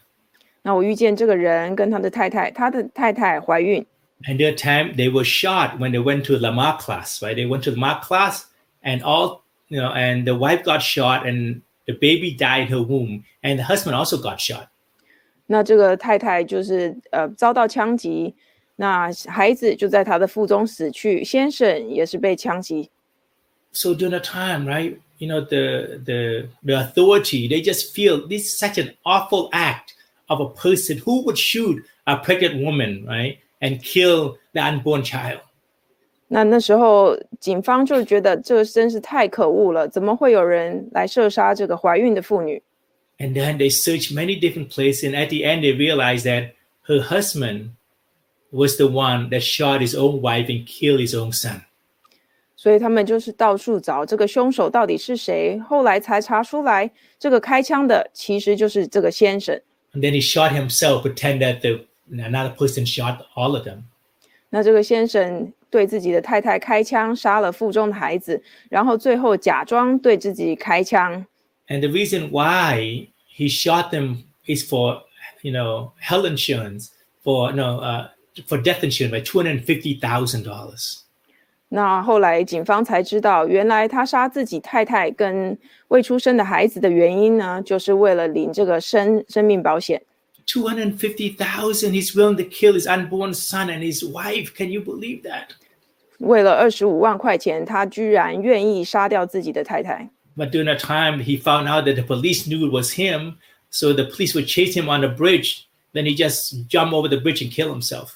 那我遇见这个人跟他的太太，他的太太怀孕，
And their time they were shot when they went to Lamar class, right? They went to Lamar class and all you know, and the wife got shot and the baby died in her womb, and the husband also got shot.
那这个太太就是呃遭到枪击，那孩子就在她的腹中死去，先生也是被枪击。
So during the time, right, you know, the the the authority, they just feel this is such an awful act of a person who would shoot a pregnant woman, right? And kill the unborn child.
那那时候警方就觉得这真是太可恶了，怎么会有人来射杀这个怀孕的妇女？
And then they searched many different places, and at the end, they realized that her husband was the one that shot his own wife and killed his own son.
所以他们就是到处找这个凶手到底是谁，后来才查出来，这个开枪的其实就是这个先生。
And then he shot himself, pretend that the another person shot all of them.
那这个先生对自己的太太开枪，杀了腹中的孩子，然后最后假装对自己开枪。
And the reason why he shot them is for you know health insurance for no uh, for death insurance by two hundred fifty thousand dollars.
那后来警方才知道，原来他杀自己太太跟未出生的孩子的原因呢，就是为了领这个生生命保险。
Two hundred fifty thousand. He's willing to kill his unborn son and his wife. Can you believe that?
为了二十五万块钱，他居然愿意杀掉自己的太太。
But during that time, he found out that the police knew it was him, so the police would chase him on the bridge. Then he just jumped over the bridge and killed himself.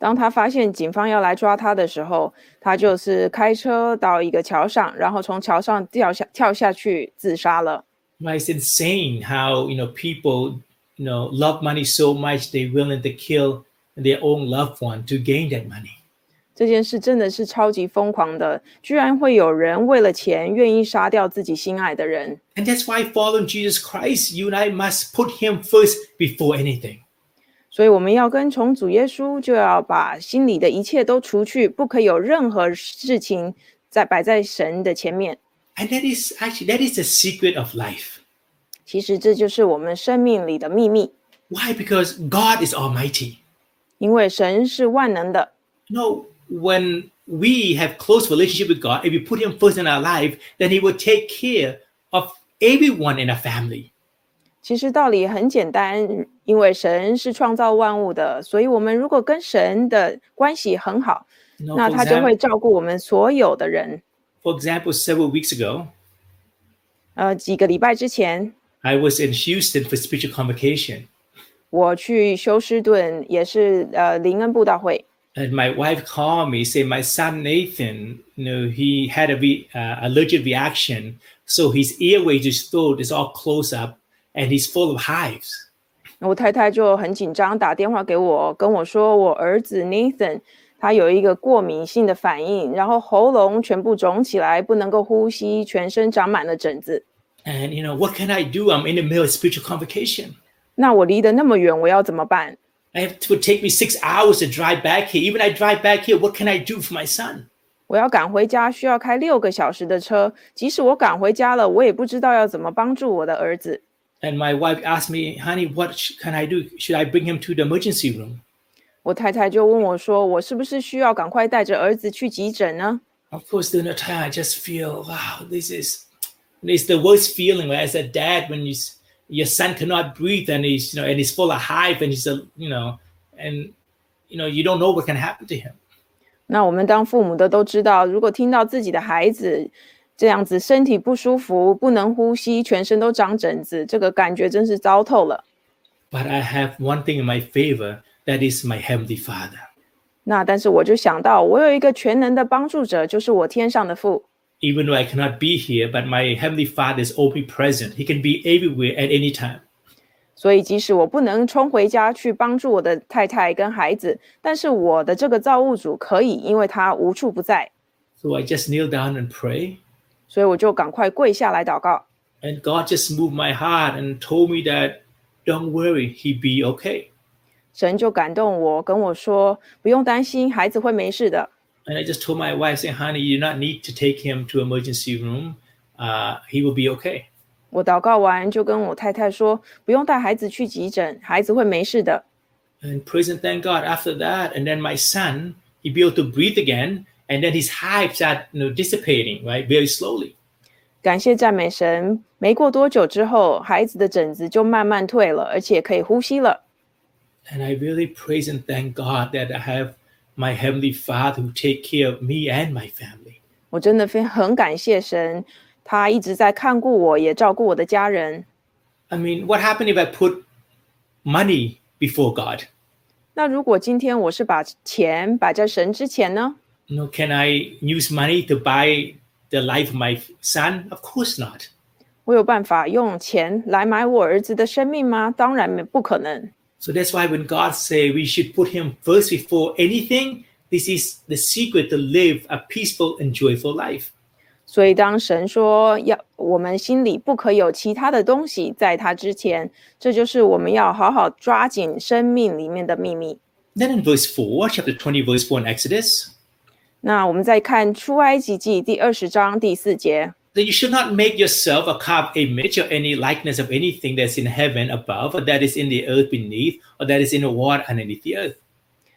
当他发现警方要来抓他的时候，他就是开车到一个桥上，然后从桥上掉下跳下去自杀了。
Right? It's insane how you know people you know love money so much they're willing to kill their own loved one to gain that money.
这件事真的是超级疯狂的，居然会有人为了钱愿意杀掉自己心爱的人。
And that's why following Jesus Christ, you and I must put him first before anything.
所以我们要跟从主耶稣，就要把心里的一切都除去，不可有任何事情在摆在神的前面。
And that is actually that is the secret of life.
其实这就是我们生命里的秘密，
Why? Because God is almighty.
因为神是万能的。
You know, when we have close relationship with God, if we put him first in our life, then he will take care of everyone in our family.
其实道理很简单，因为神是创造万物的，所以我们如果跟神的关系很好，
You know,
那
for
他就
exam-
会照顾我们所有的人。
for example, several weeks ago,
呃，几个礼拜之前，
I was in Houston for spiritual convocation.
我去休斯顿，也是呃灵恩布道会。
And my wife called me, say my son Nathan, you know, he had a re- uh, allergic reaction, so his airways, his throat is all closed up, and he's full of hives.
我太太就很紧张，打电话给我，跟我说我儿子 Nathan 他有一个过敏性的反应，然后喉咙全部肿起来，不能够呼吸，全身长满了疹子。
And you know, what can I do? I'm in the middle of spiritual convocation.
那我离得那么远，我要怎么办？
I have it would take me six hours to drive back here. Even I drive back here, what can I do for my son?
我要赶回家，需要开六个小时的车。即使我赶回家了，我也不知道要怎么帮助我的儿子。
And my wife asked me, honey, what sh- can I do? Should I bring him to the emergency room?
我太太就问我说：“我是不是需要赶快带着儿子去急诊呢
Of course, during that time, I just feel, wow, this is, it's the worst feeling right? as a dad when you, s- your son cannot breathe and he's, you know, and he's full of hype and he's, a, you know, and, you know, you don't know what can happen to him.？”
那我们当父母的都知道，如果听到自己的孩子这样子身体不舒服、不能呼吸、全身都长疹子，这个感觉真是糟透了。
But I have one thing in my favor that is my Heavenly Father.
那但是我就想到，我有一个全能的帮助者，就是我天上的父。
Even though I cannot be here, but my Heavenly Father is omnipresent. He can be everywhere at any time.
所以，即使我不能冲回家去帮助我的太太跟孩子，但是我的这个造物主可以，因为他无处不在。
So I just kneel down and pray.
所以我就赶快跪下来祷告。
And God just moved my heart and told me that, don't worry, he be okay.
神就感动我，跟我说不用担心，孩子会没事的。
And I just told my wife, saying, honey, you do not need to take him to emergency room. Uh, he will be okay.
我祷告完就跟我太太说，不用带孩子去急诊，孩子会没事的。
And praise and thank God after that. And then my son, he be able to breathe again. And then his hives start you know, dissipating, right? Very slowly.
感谢赞美神，没过多久之后，孩子的疹子就慢慢退了，而且可以呼吸了。
And I really praise and thank God that I have my Heavenly Father who take care of me and my family.
我真的非很感谢神，他一直在看顾我，也照顾我的家人。
I mean, what happened if I put money before God?
那如果今天我是把钱摆在神之前呢？
You know, can I use money to buy the life of my son? Of course not.
我有办法用钱来买我儿子的生命吗？当然没不可能。
So that's why when God say we should put him first before anything, this is the secret to live a peaceful and joyful life.
所以当神说要我们心里不可有其他的东西在他之前，这就是我们要好好抓紧生命里面的秘密。
Then in verse 4, chapter 20, verse 4 in Exodus,
那我们再看出埃及记第二十章第四节，
that you should not make yourself a carved image or any likeness of anything that's in heaven above, or that is in the earth beneath, or that is in the water underneath the earth.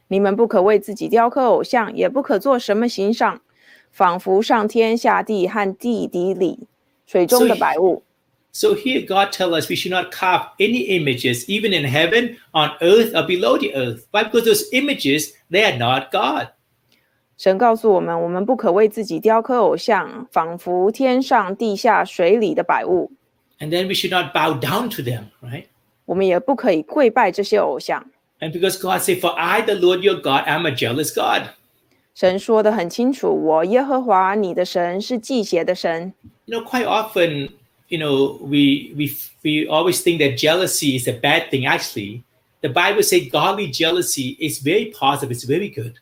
你们不可为自己雕刻偶像，也不可做什么形象，仿佛上天下地和地底里水中的百物。
So here God tells us we should not carve any images, even in heaven, on earth, or below the earth. Why? Because those images, they are not God.
神告诉我们，我们不可为自己雕刻偶像，仿佛天上、地下、水里的百物。
And then we should not bow down to them, right?
我们也不可以跪拜这些偶像。
And because God said, For I, the Lord your God, am a jealous God.
神说的很清楚，我耶和华你的神是祭邪的神。
You know, quite often, you know, we we we always think that jealousy is a bad thing. Actually, the Bible says godly jealousy is very positive, it's very good.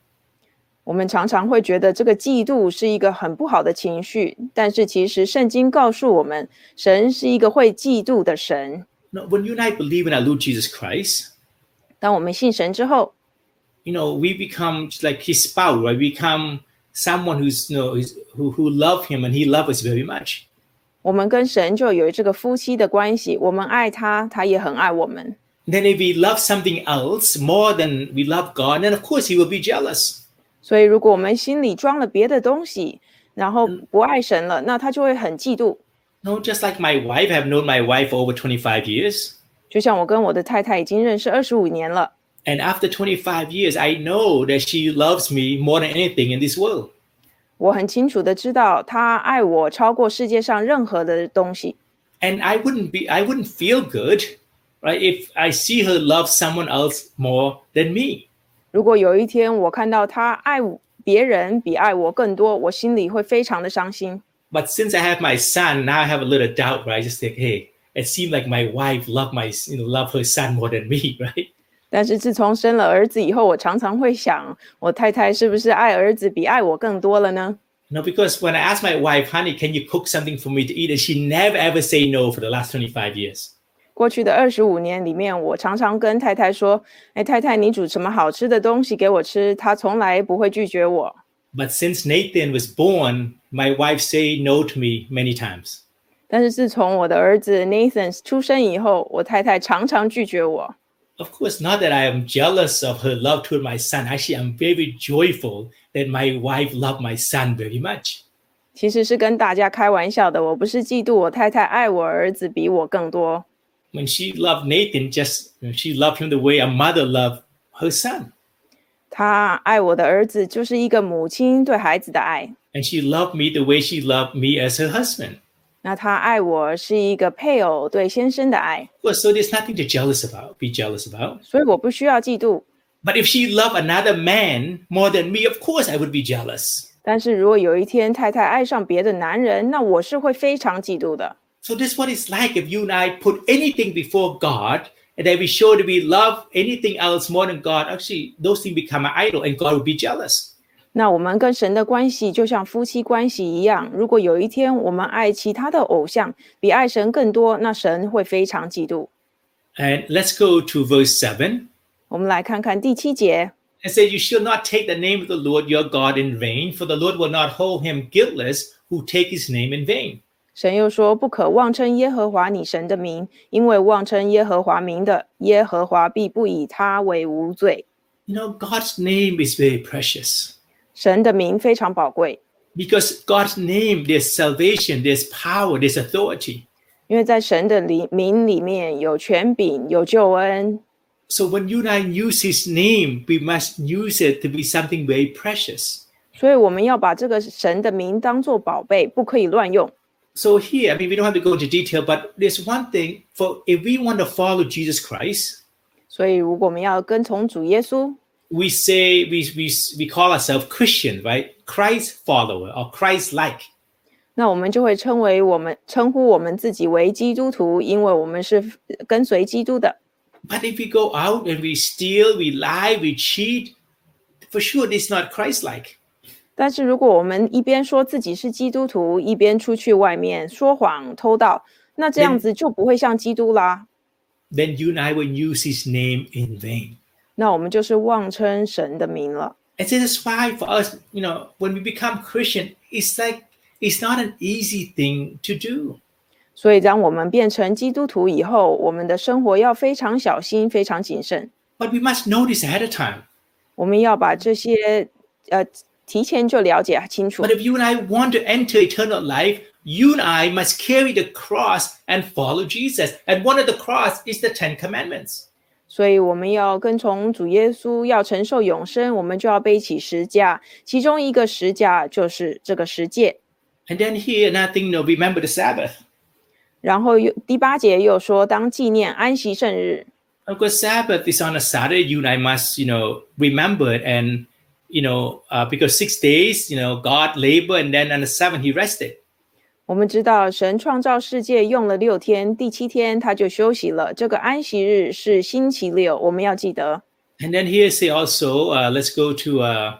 我们常常会觉得这个嫉妒是一个很不好的情绪，但是其实圣经告诉我们，神是一个会嫉妒的神。
You know, when you and I believe in our Lord Jesus Christ,
当我们信神之后，
you know, we become just like his spouse, right? We become someone who's you know who's, who who love him and he loves us very much.
我们跟神就有这个夫妻的关系，我们爱他，他也很爱我们。
Then if we love something else more than we love God, then of course he will be jealous.
所以，如果我们心里装了别的东西，然后不爱神了，那他就会很嫉妒。
No, just like my wife, I've known my wife for over 25 years.
就像我跟我的太太已经认识二十五年了，
And after 25 years, I know that she loves me more than anything in this world.
我很清楚的知道他爱我超过世界上任何的东西。
And I wouldn't be I wouldn't feel good, right, if I see her love someone else more than me.
如果有一天我看到他爱我别人比爱我更多，我心里会非常的伤心。
But since I have my son, now I have a little doubt, right? I just think, hey, it seemed like my wife loved my you know, love her son more than me, right?
但是自从生了儿子以后，我常常会想，我太太是不是爱儿子比爱我更多了呢？
You know, because when I asked my wife, honey, can you cook something for me to eat? And she never ever say no for the last 25 years.
过去的二十五年里面，我常常跟太太说：“哎，太太，你煮什么好吃的东西给我吃？”她从来不会拒绝我。
But since Nathan was born, my wife say no to me many times.
但是自从我的儿子 Nathan 出生以后，我太太常常拒绝我。
Of course, not that I am jealous of her love toward my son. Actually, I'm very joyful that my wife loved my son very much.
其实是跟大家开玩笑的，我不是嫉妒我太太爱我儿子比我更多。
When she loved Nathan, just she loved him the way a mother loved her son.
他爱我的儿子，就是一个母亲对孩子的爱。
And she loved me the way she loved me as her husband.
那他爱我是一个配偶对先生的爱，
Well, so there's nothing to jealous about, be jealous about.
所以我不需要嫉妒。
But if she loved another man more than me, of course I would be jealous.
但是如果有一天太太爱上别的男人，那我是会非常嫉妒的。
So this is what it's like if you and I put anything before God and then we show that we love anything else more than God, actually those things become an idol and God will be jealous.
那我们跟神的关系就像夫妻关系一样，如果有一天我们爱其他的偶像比爱神更多，那神会非常嫉妒。
And let's go to verse 7.
我们来看看第七节，
and said, You shall not take the name of the Lord your God in vain, for the Lord will not hold him guiltless who take his name in vain.
神又说：“不可妄称耶和华你神的名，因为妄称耶和华名的，耶和华必不以他为无罪。
You know, God's name is very precious
神的名非常宝贵，
because God's name, there's salvation, there's power, there's authority.
因为在神的里名里面有权柄，有救恩。
So when you and I use his name, we must use it to be something very precious.
所以我们要把这个神的名当作宝贝，不可以乱用。
So here, I mean, we don't have to go into detail, but there's one thing for if we want to follow Jesus Christ,
所以，如果我们要跟从主耶稣，
we say we, we, we call ourselves Christian, right? Christ follower or Christ like.
那我们就会称为我们称呼我们自己为基督徒，因为我们是呃跟随基督的。
But if we go out and we steal, we lie, we cheat, for sure this is not Christ-like.
但是如果我们一边说自己是基督徒，一边出去外面说谎、偷盗，那这样
嗯
子就不会像基督啦。
Then you and I will use his name in vain.
那我们就是妄称神的名了。
And this is why for us, you know, when we become Christian, it's like it's not an easy thing to do.
所以，当我们变成基督徒以后，我们的生活要非常小心、非常谨慎。
But we must know this ahead of time.
我们要把这些呃提前就了解清楚
But。if you and I want to enter eternal life, you and I must carry the cross and follow Jesus. And one of the cross is the Ten Commandments.
所以我们要跟从主耶稣，要承受永生，我们就要背起十架，其中一个十架就是这个十诫。
And then here, another thing, you know, remember the Sabbath.
然后又第八节又说，当纪念安息圣日，
Of course, Sabbath is on a Saturday. You and I must, you know, remember it. And, you know, uh, because six days, you know, God labored and then on the seventh, he rested.
我们知道神创造世界用了六天，第七天他就休息了。这个安息日是星期六，我们要记得。
And then here say also, uh, let's go to, uh,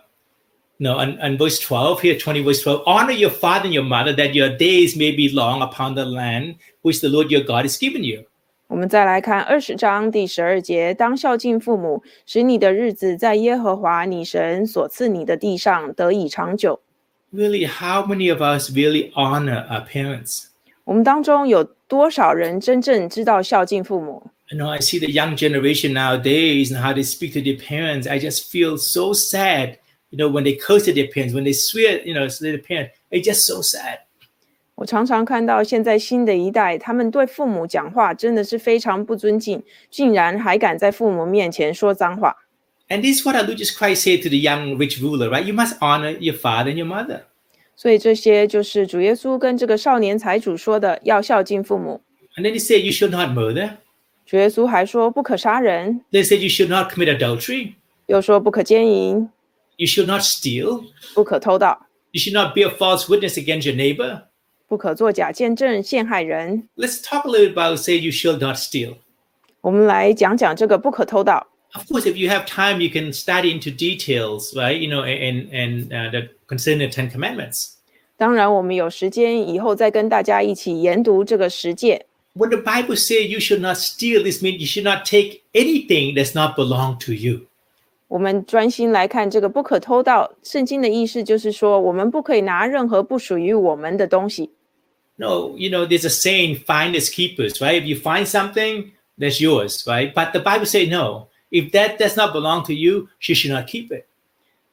no, on, on verse 12, here 20, verse 12. Honor your father and your mother that your days may be long upon the land which the Lord your God has given you.
我们再来看二十章第十二节：当孝敬父母，使你的日子在耶和华你神所赐你的地上得以长久。
Really, how many of us really honor our parents?
我们当中有多少人真正知道孝敬父母？
You know, I see the young generation nowadays and how they speak to their parents. I just feel so sad. You know, when they curse at their parents, when they swear, you know, to their parents, it's just so sad.
我常常看到现在新的一代，他们对父母讲话真的是非常不尊敬，竟然还敢在父母面前说脏话。
And this is what our Lord Jesus Christ said to the young rich ruler, right? You must honor your father and your mother.
所以这些就是主耶稣跟这个少年财主说的，要孝敬父母。
And then he said, you should not murder.
主耶稣还说不可杀人，
They said, you should not commit adultery.
又说不可奸淫，
You should not steal.
不可偷盗，
You should not bear false witness against your neighbor.
不可作假见证陷害人。
Let's talk a little bit about say you shall not steal.
我们来讲讲这个不可偷盗。
of course, if you have time, you can study into details, right? You know, and and uh, the concerning the Ten Commandments.
当然，我们有时间以后再跟大家一起研读这个十诫。
When the Bible says you should not steal, this means you should not take anything that's not belong to you.
我们专心来看这个不可偷盗。圣经的意思就是说，我们不可以拿任何不属于我们的东西。
No, you know, there's a saying, "Finders keepers," right? If you find something, that's yours, right? But the Bible says no. If that does not belong to you, you should not keep it.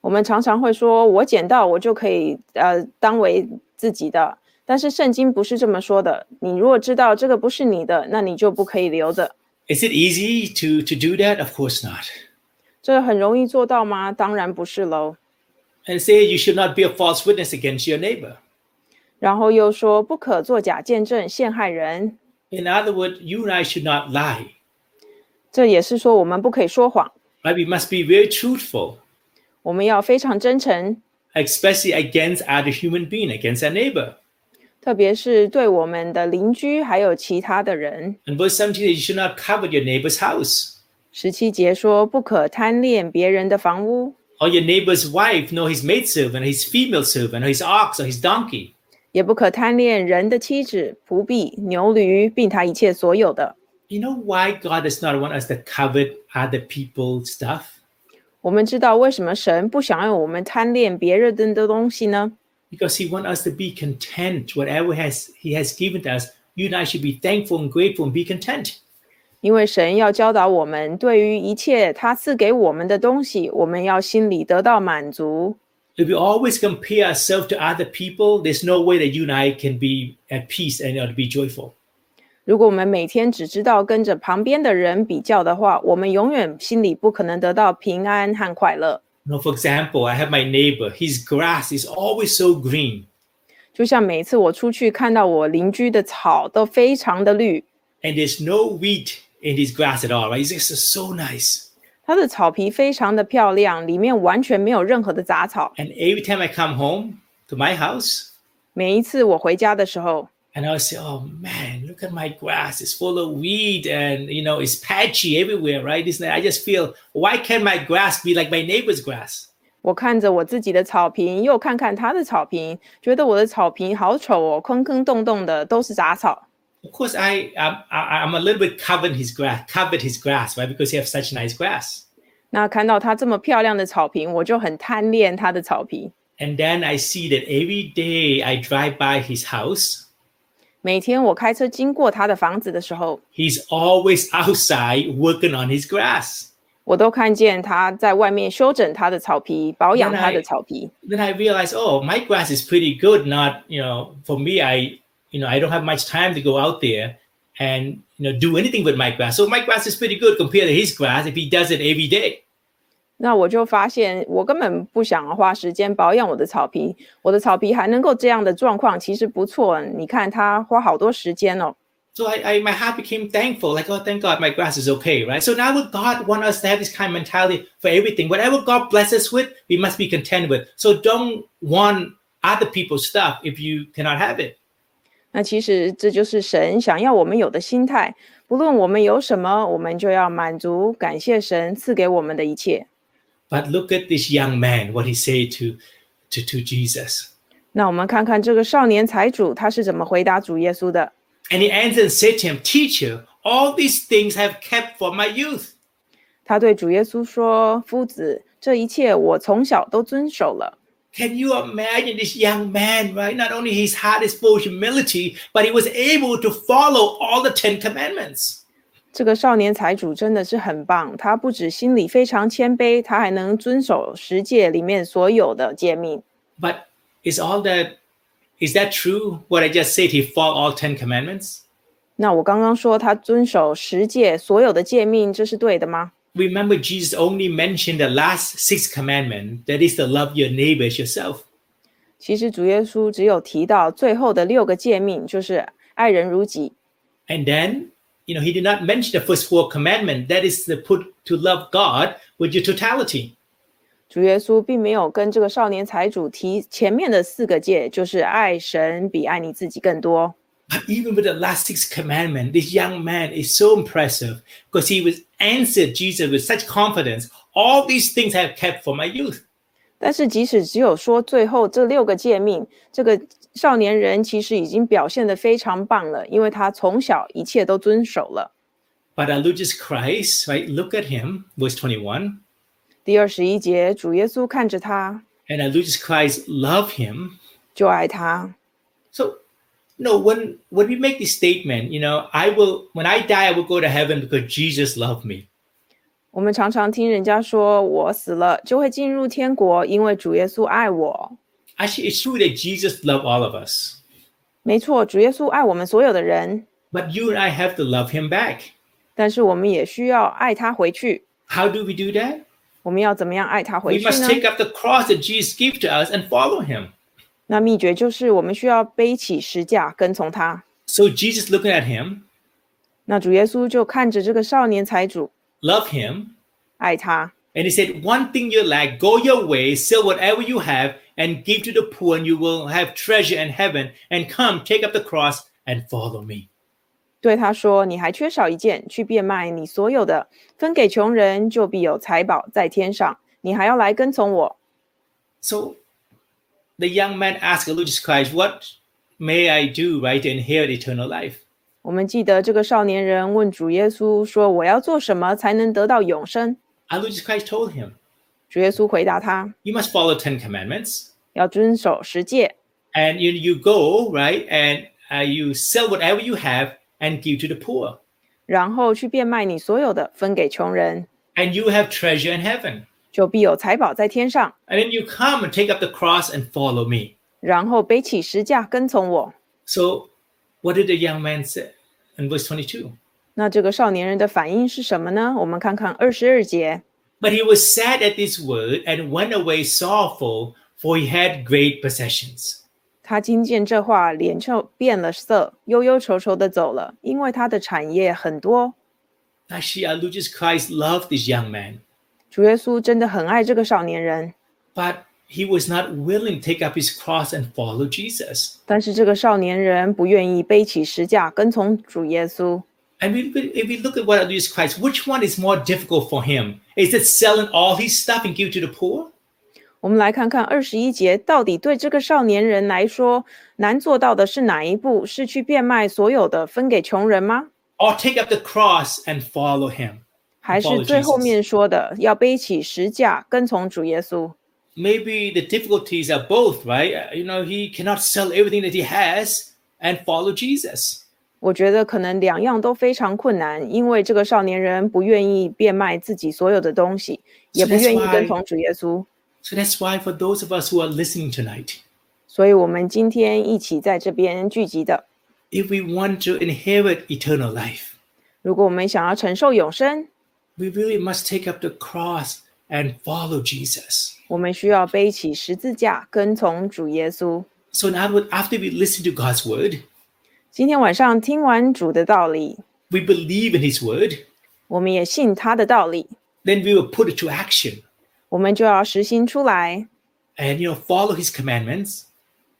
我们常常会说，我捡到我就可以呃当为自己的，但是圣经不是这么说的。你如果知道这个不是你的，那你就不可以留着。
Is it easy to to do that? Of course not.
这很容易做到吗？当然不是喽。
and say you should not be a false witness against your neighbor.
然后又说不可作假见证陷害人，
In other words, you and I should not lie.
这也是说我们不可以说谎，
Right? We must be very truthful,
我们要非常真诚，
especially against other human being, against our neighbor.
特别是对我们的邻居还有其他的人。
And verse 17 says you should not covet your neighbor's house
十七节说不可贪恋别人的房屋，
or your neighbor's wife, nor his maidservant, or his female servant, or his ox, or his donkey.
也不可贪恋人的妻子、仆婢、牛驴，并他一切所有的。
You know why God does not want us to covet other people's stuff?
我们知道为什么神不想要我们贪恋别人的东西呢？
Because He wants us to be content. Whatever has He has given to us, you and I should be thankful and grateful and be content.
因为神要教导我们，对于一切他赐给我们的东西，我们要心里得到满足。
if we always compare ourselves to other people, there's no way that you and I can be at peace and uh, be joyful.
如果我们每天只知道跟着旁边的人比较的话，我们永远心里不可能得到平安和快乐。
You know, for example, I have my neighbor. His grass is always so green,
就像每次我出去看到我邻居的草都非常的绿，
and there's no wheat in his grass at all. Right? It's just so nice.
它的草皮非常的漂亮，里面完全没有任何的杂草。
And every time I come home to my house,
每一次我回家的时候，
and I'll say, "Oh man, look at my grass. It's full of weed, and you know, it's patchy everywhere, right?" Isn't it? I just feel, why can't my grass be like my neighbor's grass?
我看着我自己的草坪，又看看他的草坪，觉得我的草坪好丑哦，坑坑洞洞的都是杂草。
of course I I'm, I- I'm a little bit covered his grass covered his grass right because he has such nice grass
那看到他这么漂亮的草坪，我就很贪恋他的草皮。
and then I see that every day I drive by his house
每天我开车经过他的房子的时候，
he's always outside working on his grass
我都看见他在外面修整他的草皮，保养他
原来
的草皮。
then I realize oh my grass is pretty good not you know for me I you know I don't have much time to go out there and you know do anything with my grass so my grass is pretty good compared to his grass if he does it every day
那我就发现，我根本不想花时间保养我的草皮，我的草皮还能够这样的状况，其实不错。你看他花好多时间哦。
So I, I my heart became thankful, like, oh thank God my grass is okay, right? So now would God want us to have this kind of mentality for everything. Whatever God blesses us with, we must be content with. So don't want other people's stuff if you cannot have it.
那其实这就是神想要我们有的心态，不论我们有什么，我们就要满足感谢神赐给我们的一切。
But look at this young man, what he said to to, to Jesus.
那我们看看这个少年财主他是怎么回答主耶稣的。
And he answered and said to him, Teacher, all these things I have kept for my youth.
他对主耶稣说：“夫子，这一切我从小都遵守了。
Can you imagine this young man, right? Not only his heart is full of humility, but he was able to follow all the Ten Commandments. ”
这个少年财主真的是很棒，他不止心里非常谦卑，他还能遵守十诫里面所有的诫命。
But is all that is that true? What I just said, he followed all ten commandments.
那我刚刚说他遵守十诫所有的诫命，这是对的吗？
Remember, Jesus only mentioned the last six commandment, that is to love your neighbor as yourself.
其实主耶稣只有提到最后的六个诫命，就是爱人如己。
And then, you know, he did not mention the first four commandment, that is to put to love God with your totality.
主耶稣并没有跟这个少年财主提前面的四个诫，就是爱神比爱你自己更多。
But even with the last six commandment, this young man is so impressive because he was answered Jesus with such confidence. All these things I have kept for my youth.
但是即使只有说最后这六个诫命，这个少年人其实已经表现得非常棒了，因为他从小一切都遵守了。
But our Lord Jesus Christ, right? Look at him, verse 21.
第二十一节，主耶稣看着他，
and our Lord Jesus Christ love him.
就爱他。
So, no, when when we make this statement, you know, I will when I die, I will go to heaven because Jesus loved me.
我们常常听人家说，我死了就会进入天国，因为主耶稣爱我。
Actually, it's true that Jesus loved all of us,
没错，主耶稣爱我们所有的人，
but you and I have to love him back.
但是我们也需要爱他回去。
How do we do that?
我们要怎么样爱他回
We
去
must
呢？
take up the cross that Jesus gave to us and follow him.
那秘诀就是我们需要背起十架，跟从他。
So Jesus looking at him,
那主耶稣就看着这个少年财主，
love him,
爱他，
and he said, One thing you lack, go your way, sell whatever you have, and give to the poor, and you will have treasure in heaven, and come, take up the cross and follow me.
对他说：“你还缺少一件，去变卖你所有的，分给穷人，就必有财宝在天上。你还要来跟从我。
So the young man asked Lord Jesus Christ, What may I do, right, to inherit eternal life? ”
我们记得这个少年人问主耶稣说：“我要做什么才能得到永生
And Lord Jesus Christ told him,？”
主耶稣回答他
You must follow Ten Commandments.
要遵守十诫，
and you you go right and uh, you sell whatever you have and give to the poor
然后去变卖你所有的，分给穷人，
and you have treasure in heaven
就必有财宝在天上。
and then you come and take up the cross and follow me
然后背起十架跟从我。
so what did the young man say in verse 22
那这个少年人的反应是什么呢？我们看看二十二节，
but he was sad at this word and went away sorrowful for he had great possessions
他听见这话，脸就变了色，忧忧愁愁的走了，因为他的产业很多。
actually our Lord Jesus christ loved this young man
主耶稣真的很爱这个少年人，
but he was not willing to take up his cross and follow jesus
但是这个少年人不愿意背起十架跟从主耶稣。
And we, we- if we look at what Jesus Christ, which one is more difficult for him? Is it selling all his stuff and give to the poor?
我们来看看二十一节，到底对这个少年人来说难做到的是哪一步？是去变卖所有的分给穷人吗？
Or take up the cross and follow him?
还是最后面说的要背起十架跟从主耶稣？
Maybe the difficulties are both, right? Uh, You know, he cannot sell everything that he has and follow Jesus.
我觉得可能两样都非常困难，因为这个少年人不愿意变卖自己所有的东西，也不愿意跟从主耶稣。
So that's why for those of us who are listening tonight,
所以，我们今天一起在这边聚集的。
if we want to inherit eternal life,
如果我们想要承受永生，
we really must take up the cross and follow Jesus.
我们需要背起十字架，跟从主耶稣。
So now after we listen to God's word,
今天晚上听完主的道理，
we believe in his word,
我们也信他的道理，
then we will put it to action
我们就要实行出来，
and you know follow his commandments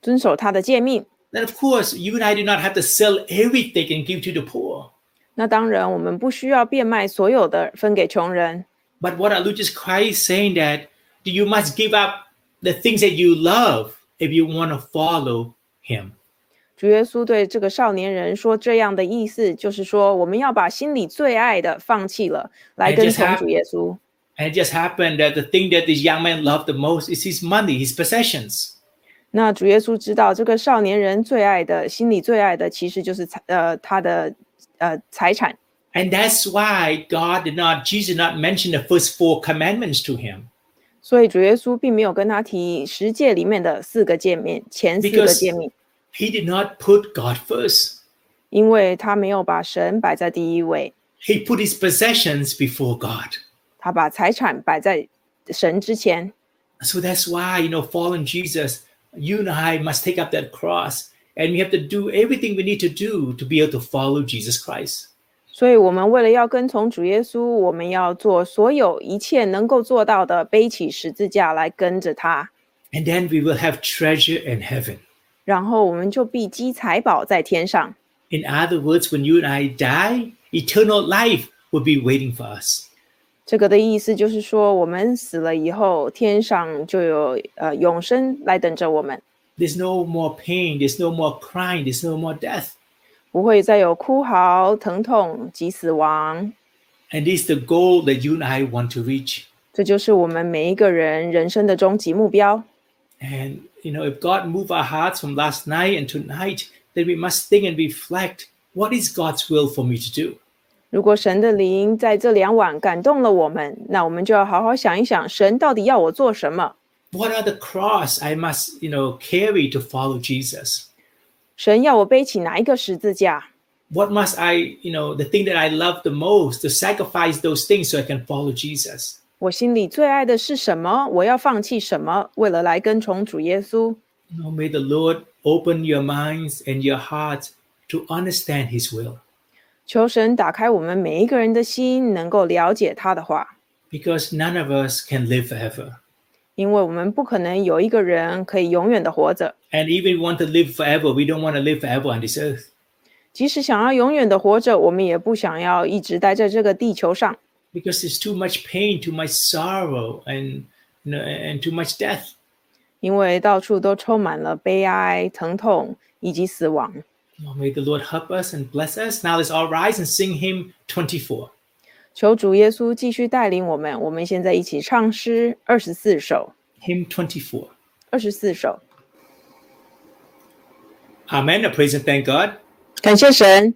遵守他的诫命。
then of course you and i do not have to sell everything and give to the poor
那当然，我们不需要变卖所有的分给穷人，
but what our lord jesus christ is saying that you must give up the things that you love if you want to follow him
主耶稣对这个少年人说这样的意思，就是说我们要把心里最爱的放弃了，来
And
跟
just
从
have-
主耶稣。
and it just happened that the thing that this young man loved the most is his money his possessions
那主耶稣知道这个少年人最爱的、心里最爱的，其实就是财呃他的呃财产。
and that's why god did not jesus did not mention the first four commandments to him
所以主耶稣并没有跟他提十诫里面的四个诫命，前四个
Because-
诫命，
he did not put god first
因为他没有把神摆在第一位，
he put his possessions before god
他把财产摆在神之前。
So that's why, you know, following Jesus, you and I must take up that cross and we have to do everything we need to do to be able to follow Jesus Christ.
所以，我们为了要跟从主耶稣，我们要做所有一切能够做到的，背起十字架来跟着他，
And then we will have treasure in heaven.
然后我们就必积财宝在天上。
In other words, when you and I die, eternal life will be waiting for us.
这个的意思就是说，我们死了以后，天上就有呃永生来等着我们，
There's no more pain, there's no more crying, there's no more death.
不会再有哭嚎、疼痛及死亡。
And it's the goal that you and I want to reach.
这就是我们每一个人人生的终极目标。
And you know, if God move our hearts from last night and tonight, then we must think and reflect what is God's will for me to do?
如果神的灵在这两晚感动了我们，那我们就要好好想一想，神到底要我做什么。
what are the cross I must, you know, carry to follow Jesus?
神要我背起哪一个十字架？
What must I, you know, the thing that I love the most to sacrifice those things so I can follow Jesus?
我心里最爱的是什么？我要放弃什么？为了来跟从主耶稣。
You know, may the Lord open your minds and your hearts to understand His will.
求神打开我们每一个人的心，能够了解他的话，
Because none of us can live forever.
因为我们不可能有一个人可以永远的活着。
And even want to live forever, we don't want to live forever on this earth.
即使想要永远的活着，我们也不想要一直待在这个地球上，
because there's too much pain, too much sorrow, and you know, and too much death.
因为到处都充满了悲哀、疼痛以及死亡。
Oh, may the Lord help us and bless us. Now let's all rise and sing hymn 24.
求主耶稣继续带领我们。我们现在一起唱诗二十四首，
Hymn 24.
二十四首，
Amen. I praise and thank God.
感谢神。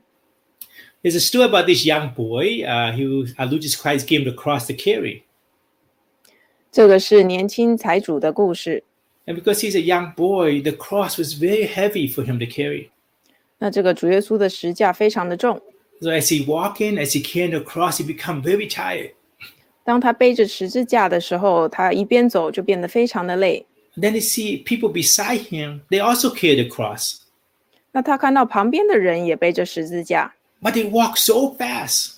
There's a story about this young boy uh, who Lucius Christ gave him to cross the carry.
这个是年轻财主的故事。
And because he's a young boy, the cross was very heavy for him to carry.
那这个主耶稣的十架非常的重，
So as he walked in, as he carried the cross, he became very tired.
当他背着十字架的时候，他一边走就变得非常的累。
Then he see people beside him, they also carry the cross.
那他看到旁边的人也背着十字架，
But they walk so fast.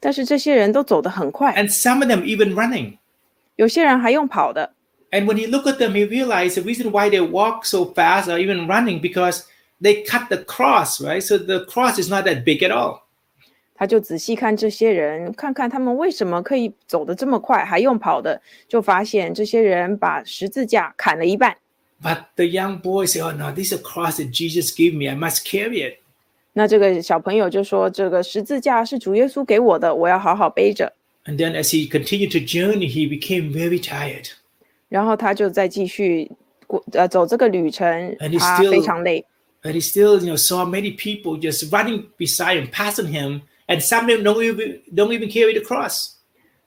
但是这些人都走得很快，
and some of them even running.
有些人还用跑的。
And when he looked at them, he realized the reason why they walk so fast or even running because they cut the cross, right? So the cross is not that big at all.
他就仔细看这些人，看看他们为什么可以走得这么快，还用跑的，就发现这些人把十字架砍了一半。
But the young boy said, "Oh no, this is a cross that Jesus gave me. I must carry it."
那这个小朋友就说：“这个十字架是主耶稣给我的，我要好好背着。
And then as he continued to journey, he became very tired. ”
然后他就再继续过呃走这个旅程
And，he's
他
still-
非常累。
And he still, you know, saw many people just running beside him, passing him, and some of them don't even don't even carry the cross.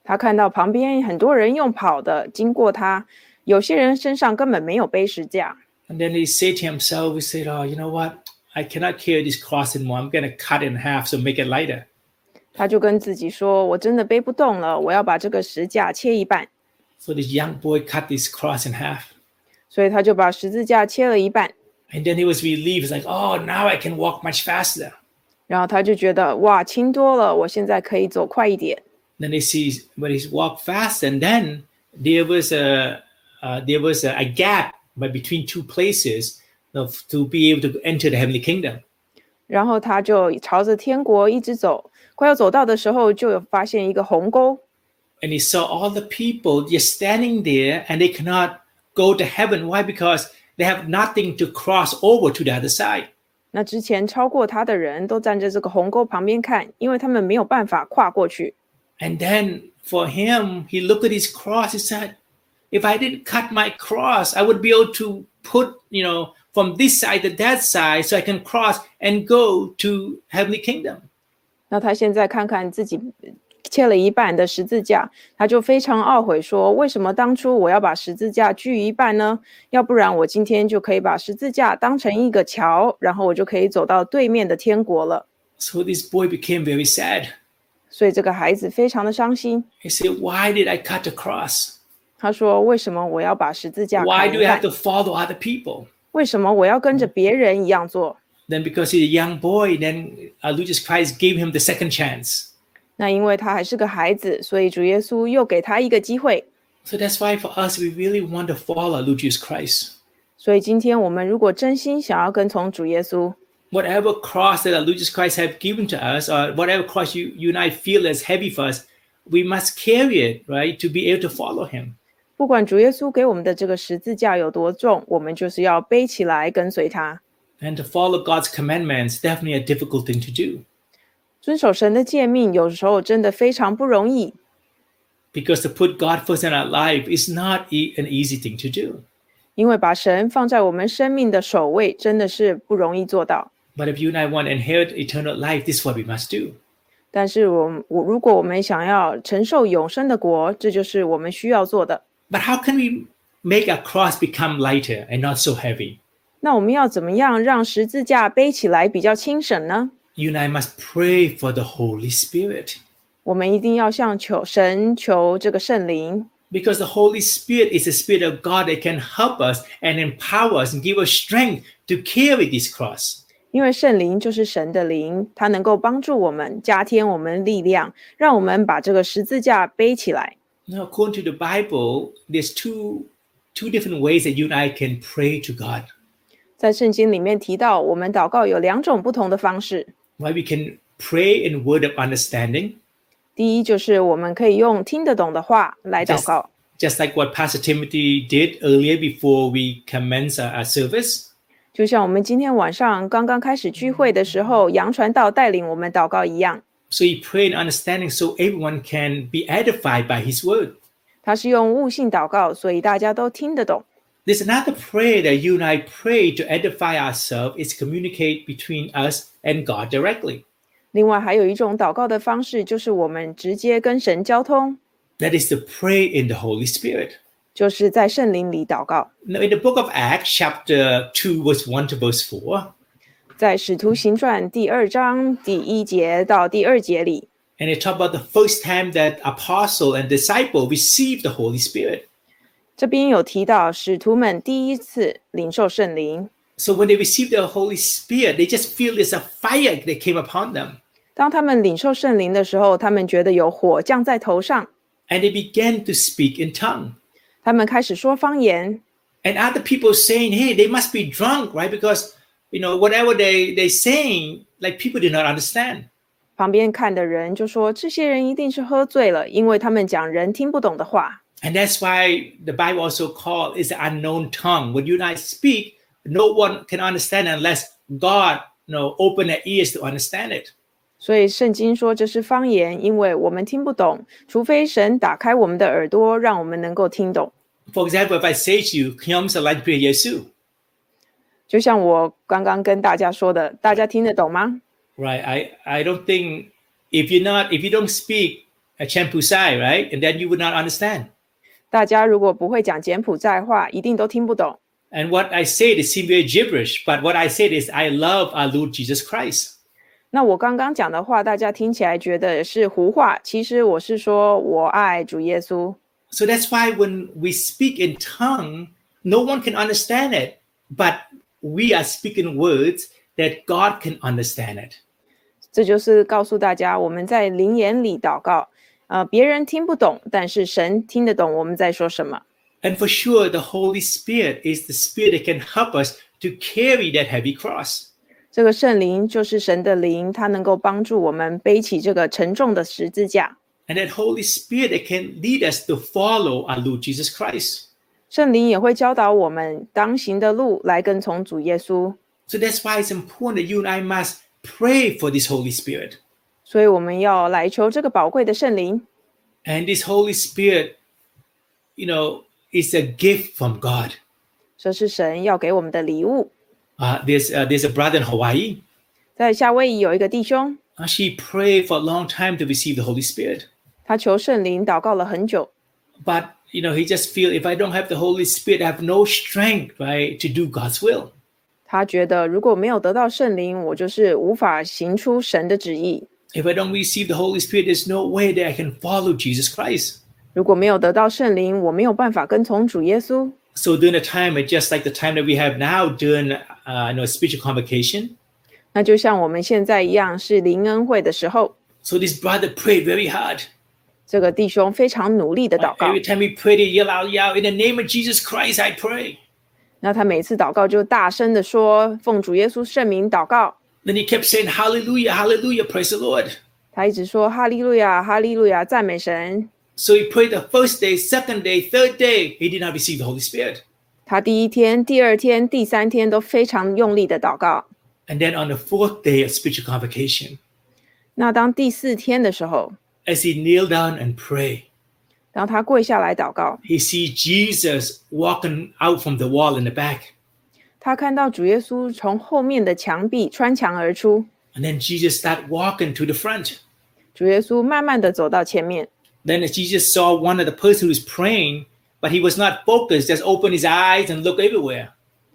他看到旁边很多人用跑的经过他，有些人身上根本没有背十字架。
And then he said to himself, he said, Oh, you know what? I cannot carry this cross anymore. I'm gonna cut it in half so make it lighter.
他就跟自己说：“我真的背不动了，我要把这个十字架切一半。
So this young boy cut this cross in half. ”
所以他就把十字架切了一半，
And then he was relieved. He's like, oh, now I can walk much faster.
然后他就觉得哇，轻多了，我现在可以走快一点。
Then he sees when he's walked fast, and then there was a uh, there was a, a gap but between two places of, to be able to enter the heavenly kingdom.
然后他就朝着天国一直走，快要走到的时候，就有发现一个鸿沟，
And he saw all the people just standing there, and they cannot go to heaven. Why? Because they have nothing to cross over to the other side.
那之前超过他的人都站在这个鸿沟旁边看，因为他们没有办法跨过去。
And then for him, he looked at his cross. He said, "If I didn't cut my cross, I would be able to put, you know, from this side to that side, so I can cross and go to heavenly kingdom."
那他现在看看自己呃切了一半的十字架，他就非常懊悔说：为什么当初我要把十字架锯一半呢？要不然我今天就可以把十字架当成一个桥，然后我就可以走到对面的天国了。
So this boy became very sad.
所以这个孩子非常的伤心，
He said, "Why did I cut the cross?
他说：为什么我要把十字架
Why
砍
do I
一半？
have to follow other people?"
为什么我要跟着别人一样做？
Then, because he's a young boy, then uh, Jesus Christ gave him the second chance.
那因为他还是个孩子，所以主耶稣又给他一个机会。
So that's why for us, we really want to follow Lucius Christ.
所以今天我们如果真心想要跟从主耶稣，
whatever cross that our Jesus Christ have given to us, or whatever cross you, you and I feel is heavy for us, we must carry it, right, to be able to follow him.
不管主耶稣给我们的这个十字架有多重，我们就是要背起来跟随他。
And to follow God's commandments, definitely a difficult thing to do.
遵守神的诫命，有时候真的非常不容易，
Because to put God first in our life is not e- an easy thing to do.
因为把神放在我们生命的首位，真的是不容易做到。
But if you and I want to inherit eternal life, this is what we must do.
但是我们，我如果我们想要承受永生的国，这就是我们需要做的。
But how can we make our cross become lighter and not so heavy?
那我们要怎么样让十字架背起来比较轻省呢？
You and I must pray for the Holy Spirit.
我们一定要向求神求这个圣灵，
Because the Holy Spirit is the Spirit of God that can help us and empower us and give us strength to carry this cross.
因为圣灵就是神的灵，它能够帮助我们加添我们力量，让我们把这个十字架背起来。
Now, according to the Bible, there's two two different ways that you and I can pray to God.
在圣经里面提到，我们祷告有两种不同的方式。
Why we can pray in word of understanding,
第一就是我们可以用听得懂的话来祷告，
just like what Pastor Timothy did earlier before we commence our, our service.
就像我们今天晚上刚刚开始聚会的时候，杨传道带领我们祷告一样，
So he prayed in understanding so everyone can be edified by his word.
他是用悟性祷告，所以大家都听得懂。
There's another prayer that you and I pray to edify ourselves is communicate between us and God directly.
另外还有一种祷告的方式，就是我们直接跟神交通，
That is the prayer in the Holy Spirit.
就是在圣灵里祷告。
Now, in the book of Acts, chapter 2, verse 1 to verse 4,
在《使徒行传》第二章第一节到第二节里，
and it talk about the first time that apostle and disciple received the Holy Spirit.
这边有提到使徒们第一次领受圣灵，
So when they received the Holy Spirit, they just feel there's a fire that came upon them.
当他们领受圣灵的时候，他们觉得有火降在头上，
And they began to speak in tongue.
他们开始说方言。
And other people saying, hey, they must be drunk, right? Because, you know, whatever they, they saying, like people did not understand.
旁边看的人就说：“这些人一定是喝醉了，因为他们讲人听不懂的话。
And that's why the Bible also called is the unknown tongue. When you and I speak, no one can understand unless God, you know, open their ears to understand it. ”
所以圣经说这是方言，因为我们听不懂，除非神打开我们的耳朵，让我们能够听懂。
For example, if I say to you, Kyom Salat Priya Yesu,
就像我刚刚跟大家说的，大家听得懂吗？
right? I, I don't think if you're not, if you don't speak a Champusai, right? And then you would not understand.
大家如果不会讲柬埔寨话，一定都听不懂。
And what I said is severe gibberish, but what I said is I love our Lord Jesus Christ.
那我刚刚讲的话，大家听起来觉得是胡话，其实我是说我爱主耶稣。
So that's why when we speak in tongue, no one can understand it, but we are speaking words that God can understand it.
这就是告诉大家，我们在灵言里祷告，呃，别人听不懂，但是神听得懂我们在说什么。
And for sure, the Holy Spirit is the spirit that can help us to carry that heavy cross.
这个圣灵就是神的灵，它能够帮助我们背起这个沉重的十字架。
And that Holy Spirit that can lead us to follow our Lord Jesus Christ.
圣灵也会教导我们当行的路来跟从主耶稣，
So that's why it's important that you and I must pray for this Holy Spirit.
所以我们要来求这个宝贵的圣灵。
And this Holy Spirit, you know, is a gift from God.
这是神要给我们的礼物。
Uh, there's, uh, there's a brother in Hawaii.
在夏威夷有一个弟兄，
Uh, She prayed for a long time to receive the Holy Spirit.
他求圣灵祷告了很久，
But, you know, he just feel if I don't have the Holy Spirit, I have no strength, right, to do God's will.
他觉得如果没有得到圣灵，我就是无法行出神的旨意。
If I don't receive the Holy Spirit, there's no way that I can follow Jesus Christ.
如果没有得到圣灵，我没有办法跟从主耶稣。
So during the time, and just like the time that we have now during, uh, you know, spiritual convocation,
那就像我们现在一样，是灵恩会的时候，
so this brother prayed very hard.
这个弟兄非常努力的祷告。
Every time he prayed, he yelled out, yell, in the name of Jesus Christ, I pray.
那他每次祷告就大声的说：“奉主耶稣圣名祷告。
Then he kept saying, hallelujah, hallelujah, praise the Lord. ”
他一直说：“哈利路亚，哈利路亚，赞美神。
So he prayed the first day, second day, third day. He did not receive the Holy Spirit. ”
他第一天、第二天、第三天都非常用力的祷告。
And then on the fourth day of spiritual convocation,
那当第四天的时候，
as he kneeled down and prayed,
当他跪下来祷告，
he sees Jesus walking out from the wall in the back.
他看到主耶稣从后面的墙壁穿墙而出，
And then Jesus started walking to the front.
主耶稣慢慢的走到前面。
Then as Jesus saw one of the person who was praying, but he was not focused, just opened his eyes and looked everywhere.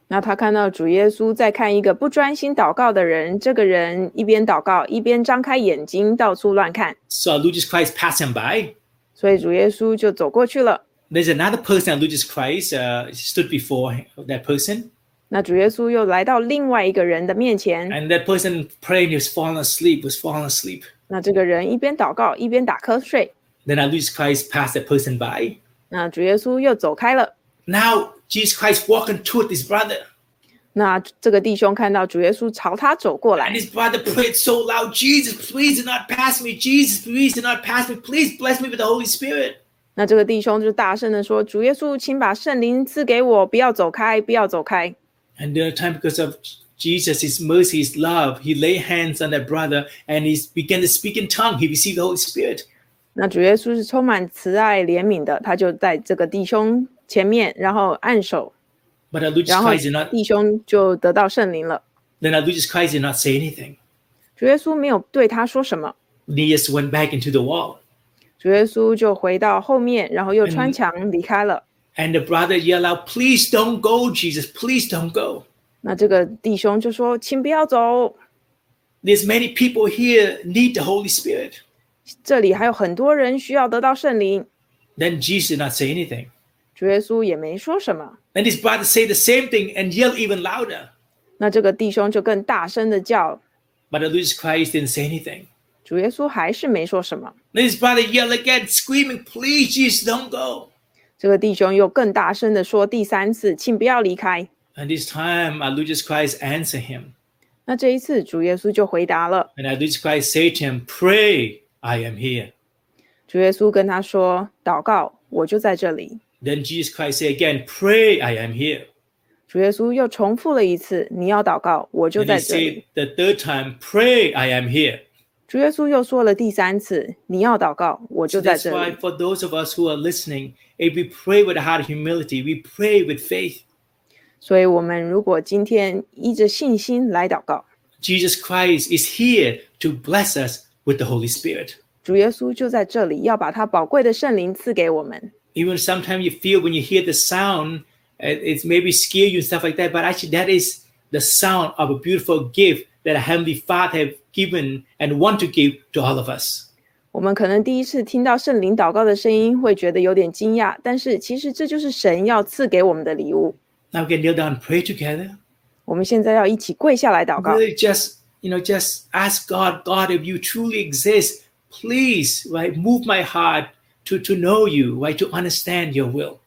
那他看到主耶稣在看一个不专心祷告的人，这个人一边祷告一边张开眼睛到处乱看，
saw Lucius Christ pass him by.
所以主耶稣就走过去了。
There's another person that Lucius Christ uh, stood before that person,
那主耶稣又来到另外一个人的面前，
and that person praying he was falling asleep, was falling asleep.
那这个人一边祷告一边打瞌睡，
Then uh, Lucius Christ passed that person by.
那主耶稣又走开了。
Now Jesus Christ walking toward his brother,
那这个弟兄看到主耶稣朝他走过来
and，his brother prayed so loud, Jesus, please do not pass me. Jesus, please do not pass me. Please bless me with the Holy Spirit.
那这个弟兄就大声的说：“主耶稣，请把圣灵赐给我，不要走开，不要走开。
And the time because of Jesus, his mercy, his love, he laid hands on that brother and he began to speak in tongue. He received the Holy Spirit. ”
那主耶稣是充满慈爱怜悯的，他就在这个弟兄前面，然后按手，
But uh, Lucius
然后
Christ did not
弟兄就得到圣灵了。
then uh, Lucius Christ did not say anything.
主耶稣没有对他说什么，
He just went back into the wall.
主耶稣就回到后面，然后又穿墙离开了。
And the brother yelled out, Please don't go, Jesus, please don't go.
那这个弟兄就说：“请不要走，
There's many people here need the Holy Spirit.
这里还有很多人需要得到圣灵。
Then Jesus did not say anything. ”
主耶稣也没说什么。
And his brother said the same thing and yelled even louder.
那这个弟兄就更大声的叫，
But uh, Lucius Christ didn't say anything.
主耶稣还是没说什么。
Then his brother yelled again, screaming, Please, Jesus, don't go.
这个弟兄又更大声地说第三次，请不要离开。
And this time, uh, Lucius Christ answered him.
那这一次，主耶稣就回答了。
And uh, Lucius Christ said to him, Pray, I am here.
主耶稣跟他说：“祷告，我就在这里。
Then Jesus Christ said again, Pray, I am here. ”
主耶稣又重复了一次：“你要祷告，我就
And he
在这
said
里。
the third time, Pray, I am here. ”
主耶稣又说了第三次：“你要祷告，我就
So
在
that's
这
why,
里。
for those of us who are listening, if we pray with a heart of humility, we pray with faith. ”
所以，我们如果今天依着信心来祷告，
Jesus Christ is here to bless us with the Holy Spirit.
主耶稣就在这里，要把他宝贵的圣灵赐给我们。
Even sometimes you feel when you hear the sound, it- it's maybe scare you and stuff like that, but actually, that is the sound of a beautiful gift that our Heavenly Father have given and want to give to all of us.
我们可能第一次听到圣灵祷告的声音，会觉得有点惊讶，但是其实这就是神要赐给我们的礼物。
Now we can kneel down and pray together.
我们现在要一起跪下来祷告，
Really just, you know, just ask God, God, if you truly exist, please, right, move my heart to, to know you, right, to understand your will.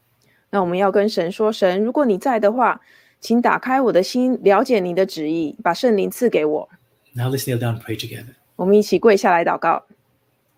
那我们要跟神说：“神，如果你在的话，请打开我的心，了解你的旨意，把圣灵赐给我。
Now let's kneel down and pray together. ”
我们一起跪下来祷告。